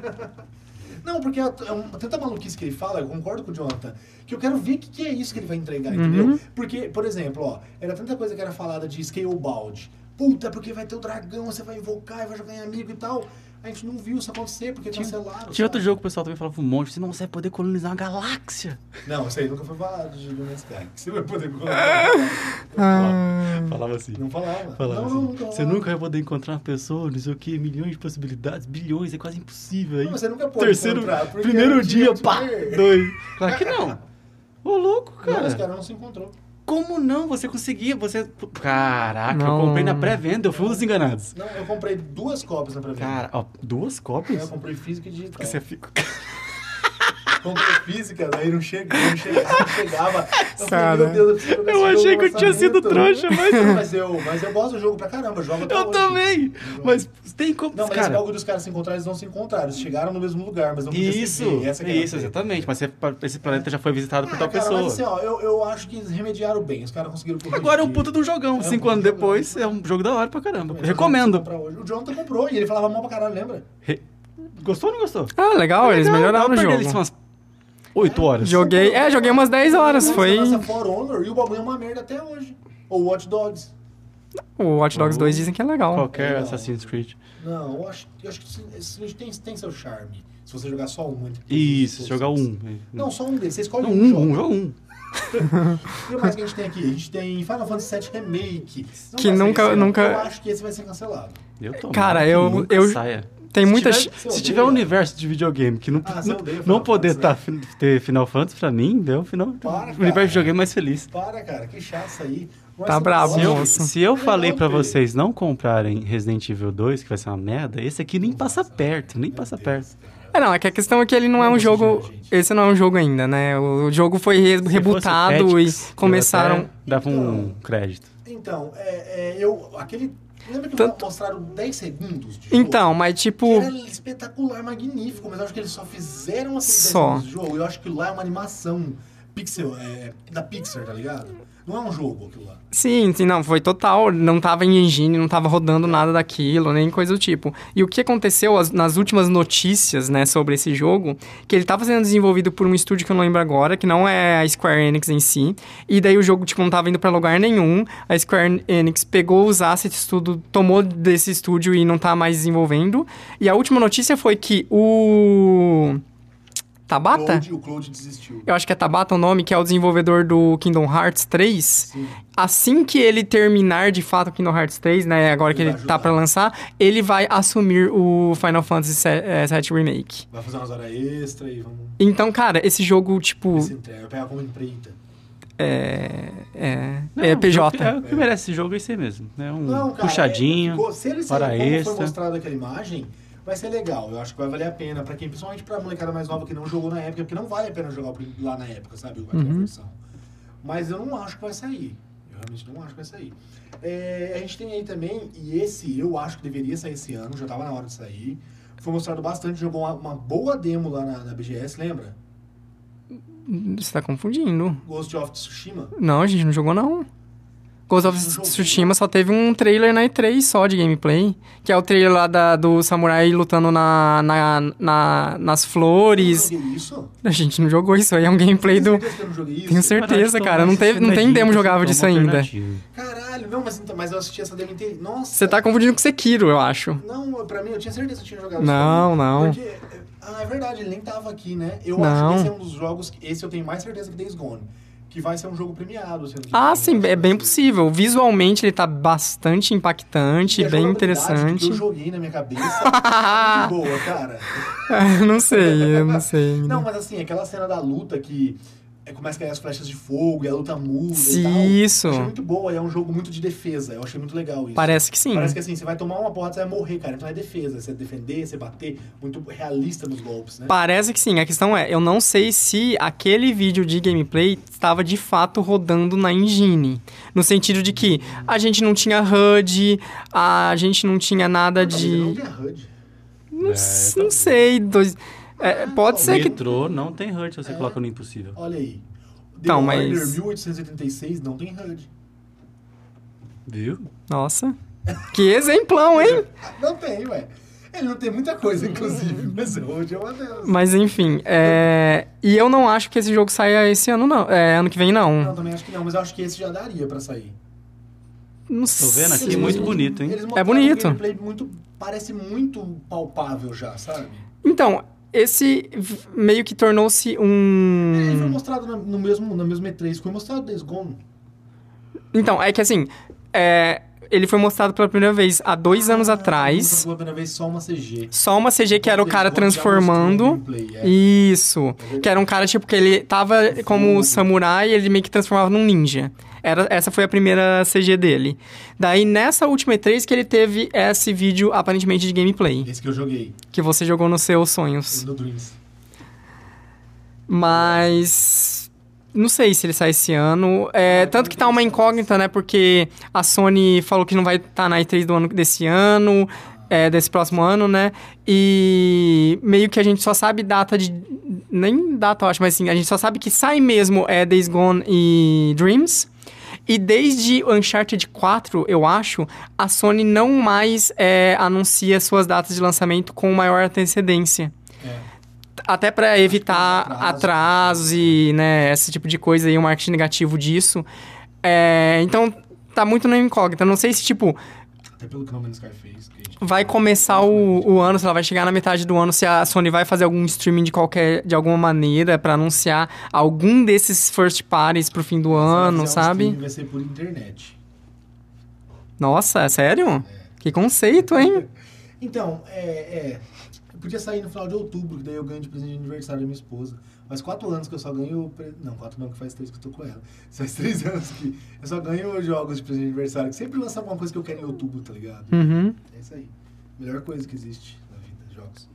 S1: Não, porque é, é um- tanta maluquice que ele fala, eu concordo com o Jonathan, que eu quero ver o que, que é isso que ele vai entregar,
S2: Uhum.
S1: entendeu? Porque, por exemplo, ó, era tanta coisa que era falada de Scalebound. Puta, é porque vai ter o dragão, você vai invocar e vai jogar em amigo e tal. A gente não viu isso acontecer porque cancelaram.
S2: Tinha outro
S1: sabe?
S2: jogo que o pessoal também falava um monte, assim, não, você vai poder colonizar uma galáxia.
S1: Não, isso aí nunca foi falado de Lumen Sky. Você vai poder colocar.
S3: Ah.
S2: Falava assim.
S1: Não falava. não,
S2: Falava assim,
S1: não, nunca
S2: você
S1: falava.
S2: nunca vai poder encontrar uma pessoa, não sei o que, milhões de possibilidades, bilhões, é quase impossível. Aí,
S1: Não, você nunca pôde
S2: terceiro,
S1: encontrar, porque é
S2: primeiro
S1: não tinha
S2: dia,
S1: onde
S2: pá,
S1: ver.
S2: dois. Claro que não. Ô, louco,
S1: Não,
S2: cara.
S1: os caras não se encontrou.
S2: Como não? Você conseguia, você... Caraca,
S3: Não.
S2: eu comprei na pré-venda, eu fui um dos enganados.
S1: Não, eu comprei duas cópias na pré-venda.
S2: Cara, ó, duas
S1: Eu
S2: cópias?
S1: comprei física e digital.
S2: Porque você fica...
S1: Compra física, daí não chega, não chega, não chegava. Eu
S3: Cara,
S1: falei, meu Deus, eu preciso jogar
S2: eu
S1: esse jogo
S2: achei que eu
S1: no
S2: tinha sido
S1: lançamento.
S2: trouxa, mas-
S1: Não, mas eu, mas eu gosto do jogo pra caramba, eu jogo até
S2: Eu
S1: hoje.
S2: também! Mas tem como...
S1: Não, mas esse
S2: cara,
S1: bagulho dos caras se encontrar, eles não se encontraram. Eles chegaram no mesmo lugar, mas não podia
S2: Isso,
S1: se ver. Essa que era a
S2: isso,
S1: treta.
S2: exatamente. Mas você- esse planeta já foi visitado por
S1: Ah,
S2: tal
S1: cara,
S2: pessoa.
S1: Mas assim, ó, eu, eu acho que eles remediaram bem. Os caras conseguiram corrigir.
S2: Agora é um puta de um
S1: É
S2: jogão.
S1: um
S2: Cinco
S1: puta
S2: anos
S1: jogão.
S2: depois, é um jogo da hora pra caramba.
S1: Mas eu
S2: Recomendo.
S1: comprar hoje. O Jonathan comprou e ele falava mal pra caralho, lembra?
S2: Re- Gostou ou não gostou?
S3: Ah, legal, eles
S2: Tá Legal,
S3: melhoraram
S2: dá
S3: o
S2: pra perder
S3: jogo.
S2: eles umas 8 horas.
S3: Joguei. É, joguei umas 10 horas.
S1: Nossa,
S3: Foi.
S1: Nossa, For Honor e o bagulho é uma merda até hoje. Ou Watch Dogs.
S3: O Watch Dogs 2 dizem que é legal.
S2: Qualquer
S1: Legal.
S2: Assassin's Creed.
S1: Não, eu acho, eu acho que esse- esse jogo tem, tem seu charme. Se você jogar só um. entre todos
S2: Isso,
S1: os
S2: se jogar
S1: outros.
S2: um. é.
S1: Não, só um deles. Você escolhe
S2: Não,
S1: um,
S2: um,
S1: jogo.
S2: um, joga um.
S1: O que mais que a gente tem aqui? A gente tem Final Fantasy VII Remake. Não
S3: Que
S1: vai sair
S3: nunca-
S1: esse ano.
S3: nunca-
S1: Eu acho que esse vai ser cancelado.
S2: Eu tô.
S3: Cara,
S2: mano, que
S3: eu-
S2: nunca
S3: eu-
S2: Saia.
S3: Tem
S2: se
S3: muitas.
S2: Tiver,
S1: Você
S2: se tiver um
S1: odeia?
S2: universo de videogame que não,
S1: Ah, você
S2: não,
S1: odeia Final
S2: não poder tá,
S1: Fantasy, né?
S2: ter Final Fantasy, pra mim, deu o final.
S1: Para,
S2: o
S1: cara.
S2: universo de videogame é mais feliz.
S1: Para, cara, que chato isso aí.
S3: Tá brabo,
S2: Se
S1: Nossa,
S2: eu,
S3: moço.
S2: se eu falei pra
S1: Não, Pedro.
S2: vocês não comprarem Resident Evil 2, que vai ser uma merda, esse aqui nem passa perto, nem passa perto.
S3: É, não, é que a questão é que ele não é
S1: Não
S3: um
S1: gosto
S3: jogo.
S1: de jogo, gente.
S3: Esse não é um jogo ainda, né? O o jogo foi re-
S2: Se
S3: rebootado
S2: fosse
S3: e
S2: Tactics, eu
S3: começaram.
S2: até Dava um crédito.
S1: Então, é, é, eu. Aquele. Lembra que
S3: Tanto-
S1: mostraram 10 segundos de jogo?
S3: Então, mas
S1: Que
S3: tipo.
S1: era espetacular, magnífico, mas eu acho que eles só fizeram aquele
S3: Só.
S1: só. do jogo. Eu acho que lá é uma animação pixel, é, da Pixar, tá ligado? Não é um jogo aquilo lá.
S3: Sim, sim, não, foi total. Não tava em engine, não tava rodando nada daquilo, nem coisa do tipo. E o que aconteceu as- nas últimas notícias, né, sobre esse jogo, que ele tava sendo desenvolvido por um estúdio que eu não lembro agora, que não é a Square Enix em si. E daí o jogo, tipo, não tava indo pra lugar nenhum. A Square Enix pegou os assets, tudo, tomou desse estúdio e não tá mais desenvolvendo. E a última notícia foi que o. Tabata?
S1: Cloud- o Cloud desistiu.
S3: Eu acho que é Tabata o nome, que é o desenvolvedor do Kingdom Hearts 3
S1: Sim.
S3: assim que ele terminar de fato o Kingdom Hearts 3, né? Agora que
S1: Ele
S3: ele
S1: vai
S3: tá
S1: ajudar.
S3: pra lançar, ele vai assumir o Final Fantasy VII Remake.
S1: Vai fazer umas horas extra e vamos
S3: Então, cara, esse jogo, tipo,
S1: se entregar. Pegar como empreita.
S3: é,
S2: Não, o que-
S3: é
S2: É,
S3: PJ.
S2: o que merece esse jogo é esse mesmo. É um
S1: Não, cara.
S2: puxadinho.
S1: é- ficou- se ele
S2: hora
S1: sair como
S2: extra.
S1: foi mostrado aquela imagem, vai ser legal. Eu acho que vai valer a pena pra quem, principalmente pra molecada mais nova que não jogou na época, porque não vale a pena jogar o prim- lá na época, sabe? o-
S2: Uhum.
S1: Aquela versão. Mas eu não acho que vai sair. Eu realmente não acho que vai sair. É, a gente tem aí também, e esse eu acho que deveria sair esse ano, já tava na hora de sair. Foi mostrado bastante, jogou uma, uma boa demo lá na, na BGS, lembra?
S3: Você tá confundindo.
S1: Ghost of Tsushima.
S3: Não, a gente não jogou, não. Ghost of
S1: Não jogou.
S3: Tsushima só teve um trailer na E3 só de gameplay. Que é o trailer lá da- do samurai lutando na, na- na- nas
S1: Isso.
S3: flores.
S1: Eu não joguei isso.
S3: A gente não jogou isso aí, é um gameplay
S1: Tem
S3: do.
S1: certeza que eu não joguei isso?
S3: Tenho certeza, cara. Não, teve, não
S2: é
S3: tem demo jogável disso ainda.
S1: Caralho, não, mas, então- mas eu assisti essa demo inteira. Nossa.
S3: Você tá confundindo com Sekiro, eu acho.
S1: Não, pra mim eu tinha certeza que eu tinha jogado
S3: Não,
S1: isso
S3: não.
S1: também. Porque, eh, ah, é verdade, ele nem tava aqui, né? Eu
S3: Não.
S1: acho que esse é um dos jogos, que- esse eu tenho mais certeza que Days Gone, que vai ser um jogo premiado. sendo que-
S3: Ah, sim, é bem
S1: E
S3: possível. Visualmente ele tá bastante impactante,
S1: a
S3: bem
S1: jogabilidade
S3: interessante.
S1: Que eu joguei na minha cabeça. é muito boa, cara.
S3: Ah, Eu não sei, eu não sei. ainda.
S1: Não, mas assim, aquela cena da luta que eh, começa a cair as flechas de fogo e a luta muda e tal.
S3: Se isso.
S1: Eu achei muito boa, e é um jogo muito de defesa. Eu achei muito legal isso.
S3: Parece que sim.
S1: Parece que assim, você vai tomar uma porta, você vai morrer, cara. Então é defesa, você defender, você bater, muito realista nos golpes, né?
S3: Parece que sim. A questão é, eu não sei se aquele vídeo de gameplay estava de fato rodando na engine. No sentido de que a gente não tinha HUD, a gente não tinha nada
S1: Talvez ele Não
S3: de.
S1: tenha HUD.
S3: Não,
S2: É,
S3: s-
S2: tá
S3: não
S2: bom.
S3: sei. dois- é, pode
S2: O
S3: ser que.
S2: metrô não tem HUD se você
S1: É.
S2: coloca no impossível.
S1: Olha aí. The
S3: Então,
S1: Order
S3: mas-
S1: 1886 não tem HUD.
S2: Viu?
S3: Nossa. Que exemplão, hein?
S1: Ah, Não tem, ué. Ele não tem muita coisa, inclusive, mas HUD é uma delas.
S3: Mas enfim, é... e eu não acho que esse jogo saia esse ano, não. É, ano que vem,
S1: Não,
S3: não.
S1: também acho que não, mas eu acho que esse já daria pra sair.
S3: Não
S2: Tô vendo aqui,
S3: sei.
S2: muito bonito, hein?
S1: Eles mostraram
S3: É bonito.
S1: Um gameplay muito, parece muito palpável já, sabe?
S3: Então, esse v- meio que tornou-se
S1: Ele foi
S3: um.
S1: mostrado na- no mesmo, na mesma E3, foi mostrado Days Gone.
S3: Então, é que assim, é, ele foi mostrado pela primeira vez há dois anos
S1: Ah,
S3: atrás.
S1: Pela primeira vez, só uma CG.
S3: Só uma CG que era o
S1: Days
S3: cara
S1: Gone já mostrou o
S3: transformando.
S1: gameplay, é.
S3: Isso.
S1: verdade.
S3: Que era um cara, tipo, que ele tava como
S1: Fogo.
S3: samurai e ele meio que transformava num ninja. Era, essa foi a primeira CG dele. Daí, nessa última E3 que ele teve esse vídeo aparentemente de gameplay.
S1: Esse que eu joguei,
S3: que você jogou nos seus sonhos.
S1: no Dreams.
S3: Mas. Não sei se ele sai esse ano. É, tanto que tá uma incógnita, né? Porque a Sony falou que não vai estar na E3 do ano, desse ano, é, desse próximo ano, né? E meio que a gente só sabe data de. Nem data, eu acho, mas assim, a gente só sabe que sai mesmo é Days Gone e Dreams. E desde Uncharted 4, eu acho, a Sony não mais é, anuncia suas datas de lançamento com maior antecedência.
S1: É.
S3: até para evitar
S1: Atraso.
S3: atraso e né, esse tipo de coisa e o marketing negativo disso. É, então tá muito na incógnita. Não sei se, tipo,
S1: Até pelo que não menos Scarface. Que a gente...
S3: vai começar o, o ano, sei lá, vai chegar na metade do ano se a Sony vai fazer algum streaming de qualquer, de alguma maneira pra anunciar algum desses first parties pro fim do ano,
S1: Se ela fizer um
S3: sabe?
S1: streaming, Vai ser por internet.
S3: Nossa, sério? Que conceito, hein?
S1: Então, é, é. Eu podia sair no final de outubro, que daí eu ganho de presente de aniversário da minha esposa. Faz quatro anos que eu só ganho. pre- Não, quatro não, que faz três que eu tô com ela. Faz três anos que eu só ganho jogos de presente de aniversário, que sempre lança alguma coisa que eu quero em outubro, tá ligado?
S3: Uhum.
S1: É isso aí. Melhor coisa que existe na vida, jogos.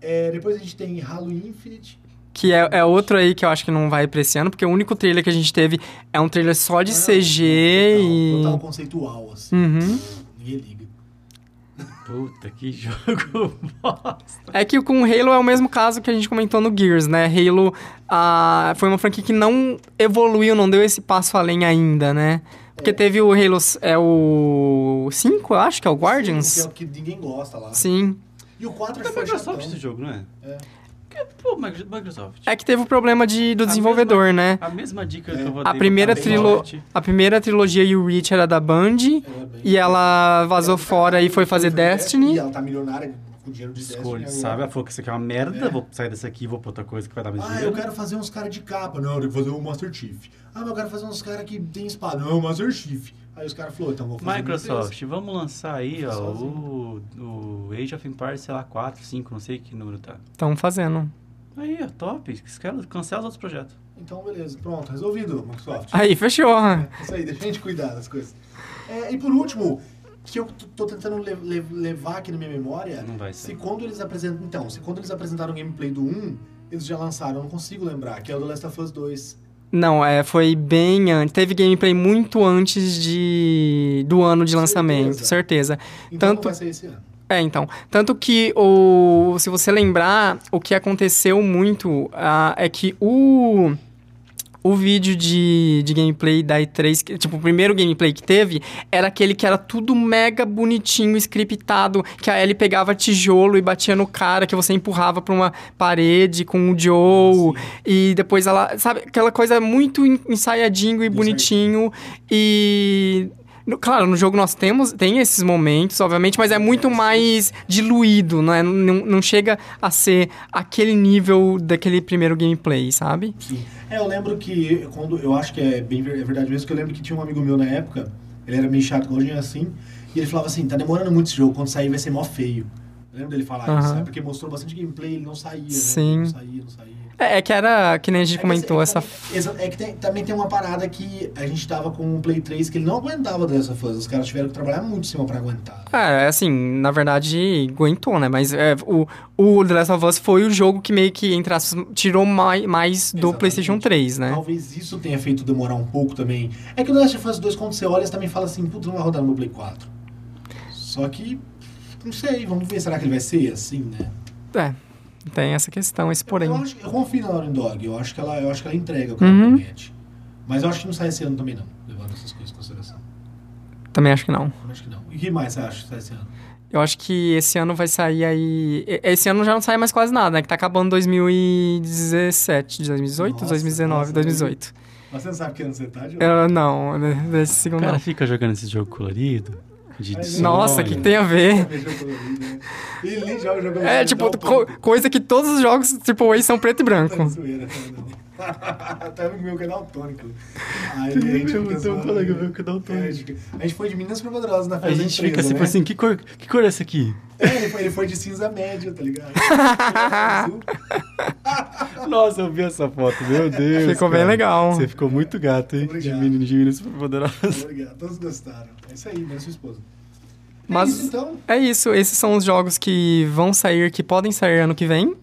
S1: É, depois a gente tem Halo Infinite.
S3: Que é, é outro aí que eu acho que não vai pra esse ano, porque o único trailer que a gente teve é um trailer só de
S1: Ah,
S3: CG
S1: total,
S3: e.
S1: total conceitual, assim.
S3: Uhum.
S1: Ninguém liga.
S2: Puta, que jogo bosta.
S3: É que com Halo é o mesmo caso que a gente comentou no Gears, né? Halo ah, foi uma franquia que não evoluiu, não deu esse passo além ainda, né? Porque teve o Halo. É o 5, eu acho que é o Guardians?
S1: Sim,
S3: Sim.
S1: que é o que ninguém gosta lá. E o 4
S2: É da
S1: foi
S2: Microsoft
S1: chatão.
S2: esse jogo, não é?
S1: É.
S2: É, Pô, Micro- Microsoft.
S3: É que teve o problema de, do
S2: A
S3: desenvolvedor, né? Tá
S2: A mesma dica que
S1: É.
S2: eu vou
S3: A
S2: dar
S3: primeira,
S1: pra
S3: trilo... a primeira trilogia e o Reach era da Band.
S1: Ela é bem-
S3: E ela vazou fora e foi fazer
S1: E
S3: Destiny.
S1: ela tá milionária com dinheiro de
S2: Escolha,
S1: Destiny. agora.
S2: sabe? Ela falou que isso aqui é uma merda,
S1: É.
S2: vou sair dessa aqui e vou pra outra coisa que vai dar mais
S1: Ah,
S2: dinheiro.
S1: eu quero fazer uns caras de capa. Não, eu tenho que fazer um Master Chief. Ah, mas eu quero fazer uns caras que tem espada. Não, é um Master Chief. Aí os caras falaram, então vou fazer
S2: Microsoft, vamos lançar aí, ó, o,
S1: Sozinho.
S2: o Age of Empires, sei lá, 4, 5, não sei que número tá.
S3: Estão fazendo.
S2: Aí, ó, top. Cancela cancela os outros projetos.
S1: um deles. Então, beleza. Pronto, resolvido, Microsoft.
S3: Aí, fechou.
S1: É Isso aí, deixa a gente cuidar das coisas. É, e por último, que eu t- tô tentando le- le- levar aqui na minha memória,
S2: Não vai
S1: se
S2: ser.
S1: quando eles apresentam. Então, se quando eles apresentaram o gameplay do 1, eles já lançaram, eu não consigo lembrar, que é o The Last of Us 2.
S3: Não, é, foi bem antes. Teve gameplay muito antes de do ano de lançamento, certeza.
S1: Então não
S3: Tanto-
S1: vai ser esse ano.
S3: É, então. Tanto que, o, se você lembrar, o que aconteceu muito ah, é que o, o vídeo de, de gameplay da E3, que- tipo, o primeiro gameplay que teve, era aquele que era tudo mega bonitinho, scriptado, que a Ellie pegava tijolo e batia no cara, que você empurrava pra uma parede com o Joe, e depois ela, sabe, aquela coisa muito en- ensaiadinho e
S1: Isso aí.
S3: bonitinho, e... no- Claro, no jogo nós temos, tem esses momentos, obviamente, mas é muito mais diluído, não, é? não, não chega a ser aquele nível daquele primeiro gameplay, sabe?
S1: Sim. É, eu lembro que quando. Eu acho que é bem ver- é verdade mesmo, que eu lembro que tinha um amigo meu na época, ele era meio chato igualzinho assim, e ele falava assim, tá demorando muito esse jogo, quando sair vai ser mó feio. Eu lembro dele falar isso,
S3: Aham.
S1: né? Porque mostrou bastante gameplay, ele não saía, né?
S3: Sim.
S1: Não saía, não saía.
S3: É, é que era, que nem a gente
S1: É que
S3: comentou,
S1: assim,
S3: essa...
S1: é que também- exa- É que tem- também tem uma parada que a gente tava com o Play 3 que ele não aguentava dessa fase. Os caras tiveram que trabalhar muito em cima pra aguentar.
S3: É, assim, na verdade, aguentou, né? Mas é, o, o The Last of Us foi o jogo que meio que, entre aspas, tirou mai- mais, do
S1: Exatamente.
S3: PlayStation 3, né?
S1: Talvez isso tenha feito demorar um pouco também. É que o The Last of Us 2, quando você olha, você também fala assim, puta, não vai rodar no meu Play 4. Só que, não sei, vamos ver, será que ele vai ser assim, né?
S3: É, tem essa questão, esse porém.
S1: Eu, acho, eu confio na Naughty Dog, eu acho que ela, eu acho que ela entrega o que ela
S3: Uhum.
S1: promete. Mas eu acho que não sai esse ano também não, levando essas coisas em consideração.
S3: Também acho que não.
S1: Eu acho que não. E o que mais você acha que sai esse ano?
S3: Eu acho que esse ano vai sair aí... e- Esse ano já não sai mais quase nada, né? Que tá acabando 2017, 2018,
S1: Nossa,
S3: 2019,
S1: nossa,
S3: 2018.
S1: Mas você não sabe que ano você tá, Diogo?
S3: Eu, Ah, não, desse
S2: O
S3: segundo
S2: cara
S3: não.
S2: fica jogando esse né? jogo colorido. De
S1: Ai,
S2: sonho.
S3: Nossa, que tem a ver...
S1: né? Ele joga um jogando.
S3: É, tipo, co- coisa que todos os jogos tipo, AAA são é um preto e branco.
S1: Até no meu é canal tônico. Aí, a gente
S2: Meu, tem um
S1: pensou-
S2: colega meu que dá o tônico.
S1: É, a gente- A gente foi de Minas pra Poderosas na
S2: A
S1: festa.
S2: gente
S1: da empresa,
S2: fica assim,
S1: né?
S2: tipo assim, que cor, que cor é essa aqui?
S1: É, ele foi, ele foi de cinza média, tá ligado? Azul.
S2: Nossa, eu vi essa foto, meu Deus.
S3: Ficou
S2: cara.
S3: bem legal.
S2: Você ficou muito gato, hein? De
S1: Obrigado.
S2: menino de menino super poderoso.
S1: Obrigado, todos gostaram. É isso aí, menos sua esposa. É
S3: Mas-
S1: isso, então.
S3: É isso, esses são os jogos que vão sair, que podem sair ano que vem.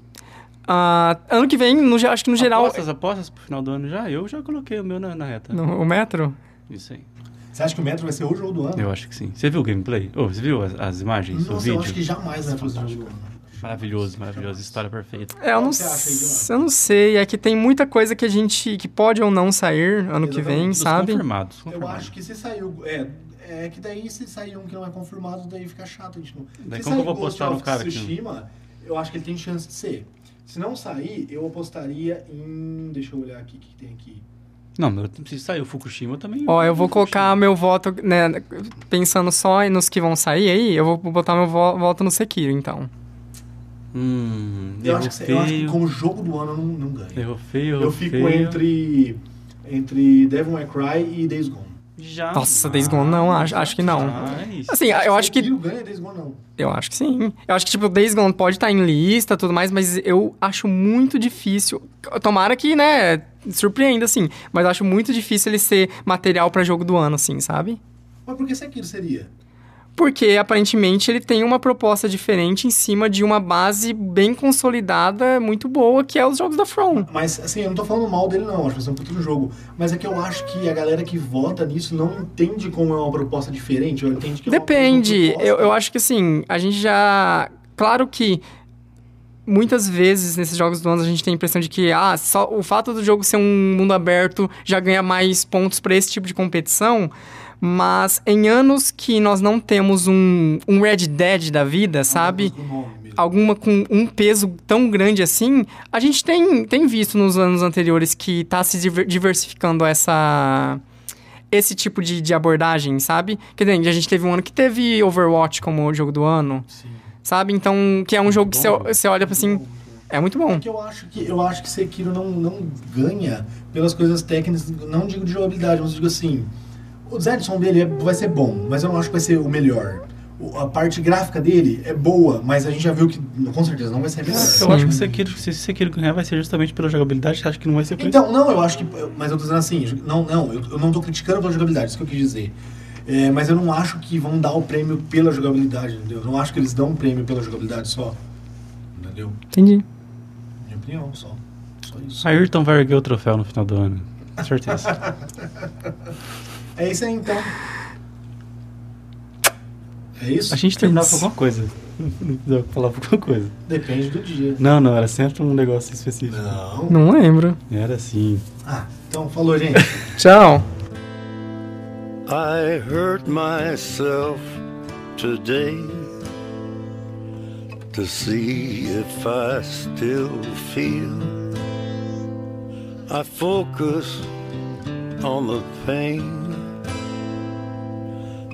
S3: Ah, ano que vem, no ge- acho que no geral.
S2: Apostas, né? apostas pro final do ano já? Eu já coloquei o meu na, na reta.
S3: No, o Metro?
S2: Isso aí.
S1: Você acha que o Metro vai ser o jogo do ano?
S2: Eu acho que sim. Você viu o gameplay? Ô, você viu as, as imagens, o
S1: Nossa,
S2: vídeo?
S1: eu acho que jamais vai fazer o jogo do ano.
S2: Maravilhoso, maravilhoso. História perfeita.
S3: É, eu não,
S1: Você acha aí, Guilherme?
S3: s- eu não sei. É que tem muita coisa que a gente. que pode ou não sair ano que vem,
S1: Exatamente,
S2: Dos
S3: sabe?
S2: confirmados,
S1: Eu
S2: confirmados.
S1: acho que se saiu. É, é que daí se sair um que não é confirmado, daí fica chato. A gente não.
S2: Daí
S1: se
S2: como que eu
S1: sair
S2: vou
S1: Ghost
S2: postar no
S1: of
S2: cara aqui?
S1: Tsushima, eu acho que ele tem chance de ser. Se não sair, eu apostaria em. Deixa eu olhar aqui o que que tem aqui.
S2: Não, mas se sair o Fukushima eu também.
S3: Ó, eu vou colocar meu voto, né, pensando só nos que vão sair aí, eu vou botar meu vo- voto no Sekiro, então.
S2: Hum,
S1: Eu
S2: errou
S1: acho, que, eu acho que
S2: feio.
S1: como jogo do ano eu não, não ganho.
S2: Errou feio,
S1: Eu,
S2: errou
S1: fico
S2: feio.
S1: entre. Entre Devil May Cry e Days Gone.
S2: Já.
S3: Nossa, Days Gone não, acho- acho que não.
S2: Jamais.
S3: Assim, eu acho que
S1: Sekiro ganha Days Gone não.
S3: Eu acho que sim. Eu acho que, tipo, o Days Gone pode estar em lista e tudo mais, mas eu acho muito difícil. Tomara que, né, surpreenda, assim. Mas eu acho muito difícil ele ser material pra jogo do ano, assim, sabe?
S1: Mas por que Sekiro seria?
S3: Porque, aparentemente, ele tem uma proposta diferente em cima de uma base bem consolidada, muito boa, que é os jogos da From.
S1: Mas, assim, eu não tô falando mal dele, não. Acho que vai ser um futuro jogo. Mas é que eu acho que a galera que vota nisso não entende como é uma proposta diferente. Ou entende que é uma-
S3: Depende.
S1: uma proposta-
S3: Eu, eu acho que assim, a gente já. Claro que. Muitas vezes nesses jogos do ano a gente tem a impressão de que ah, só o fato do jogo ser um mundo aberto já ganha mais pontos pra esse tipo de competição, mas em anos que nós não temos um, um Red Dead da vida, sabe?
S1: é Do nome mesmo.
S3: alguma com um peso tão grande assim, a gente tem, tem visto nos anos anteriores que tá se diver- diversificando essa esse tipo de, de abordagem, sabe? Quer dizer, a gente teve um ano que teve Overwatch como jogo do ano,
S1: Sim.
S3: sabe? Então, que é um jogo que você
S2: Bom.
S3: você olha pra assim, é muito bom.
S1: Porque eu acho que eu acho que Sekiro não, não ganha pelas coisas técnicas, não digo de jogabilidade, mas digo assim, o design de som dele é- vai ser bom, mas eu não acho que vai ser o melhor. O- A parte gráfica dele é boa, mas a gente já viu que com certeza não vai ser a melhor.
S2: É, Eu acho que o Sekiro, se o Sekiro ganhar, vai ser justamente pela jogabilidade. Acho que não vai ser por isso.
S1: Então, não, eu acho que. Mas eu tô dizendo assim, não, não, eu, eu não tô criticando pela jogabilidade, isso que eu quis dizer. É, mas eu não acho que vão dar o prêmio pela jogabilidade, entendeu? Eu não acho que eles dão o prêmio pela jogabilidade só. Entendeu?
S3: Entendi.
S1: Minha opinião, só. Só isso.
S2: Ayrton vai erguer o troféu no final do ano. Com certeza.
S1: É isso aí então. É isso?
S2: A gente terminava com alguma coisa. Não precisava falar alguma coisa.
S1: Depende do dia.
S2: Não, não, era sempre um negócio específico.
S1: Não.
S3: Não lembro.
S2: Era assim.
S1: Ah, então falou, gente.
S3: Tchau.
S4: I hurt myself today to see if I still feel. I focus on the pain,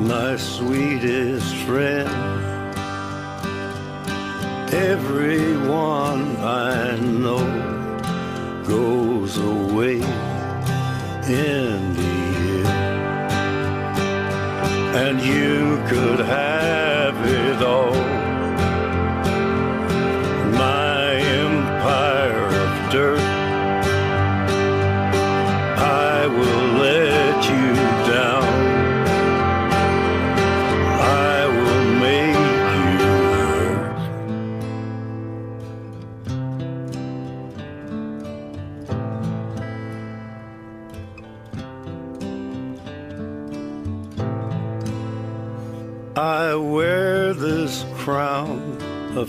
S4: My sweetest friend. Everyone I know goes away in the end. And you could have it all. My empire of dirt. I will let you down. I will make you hurt. I wear this crown of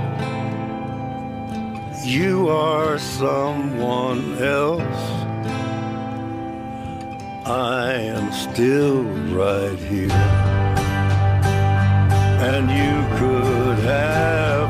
S4: You are someone else. I am still right here. And you could have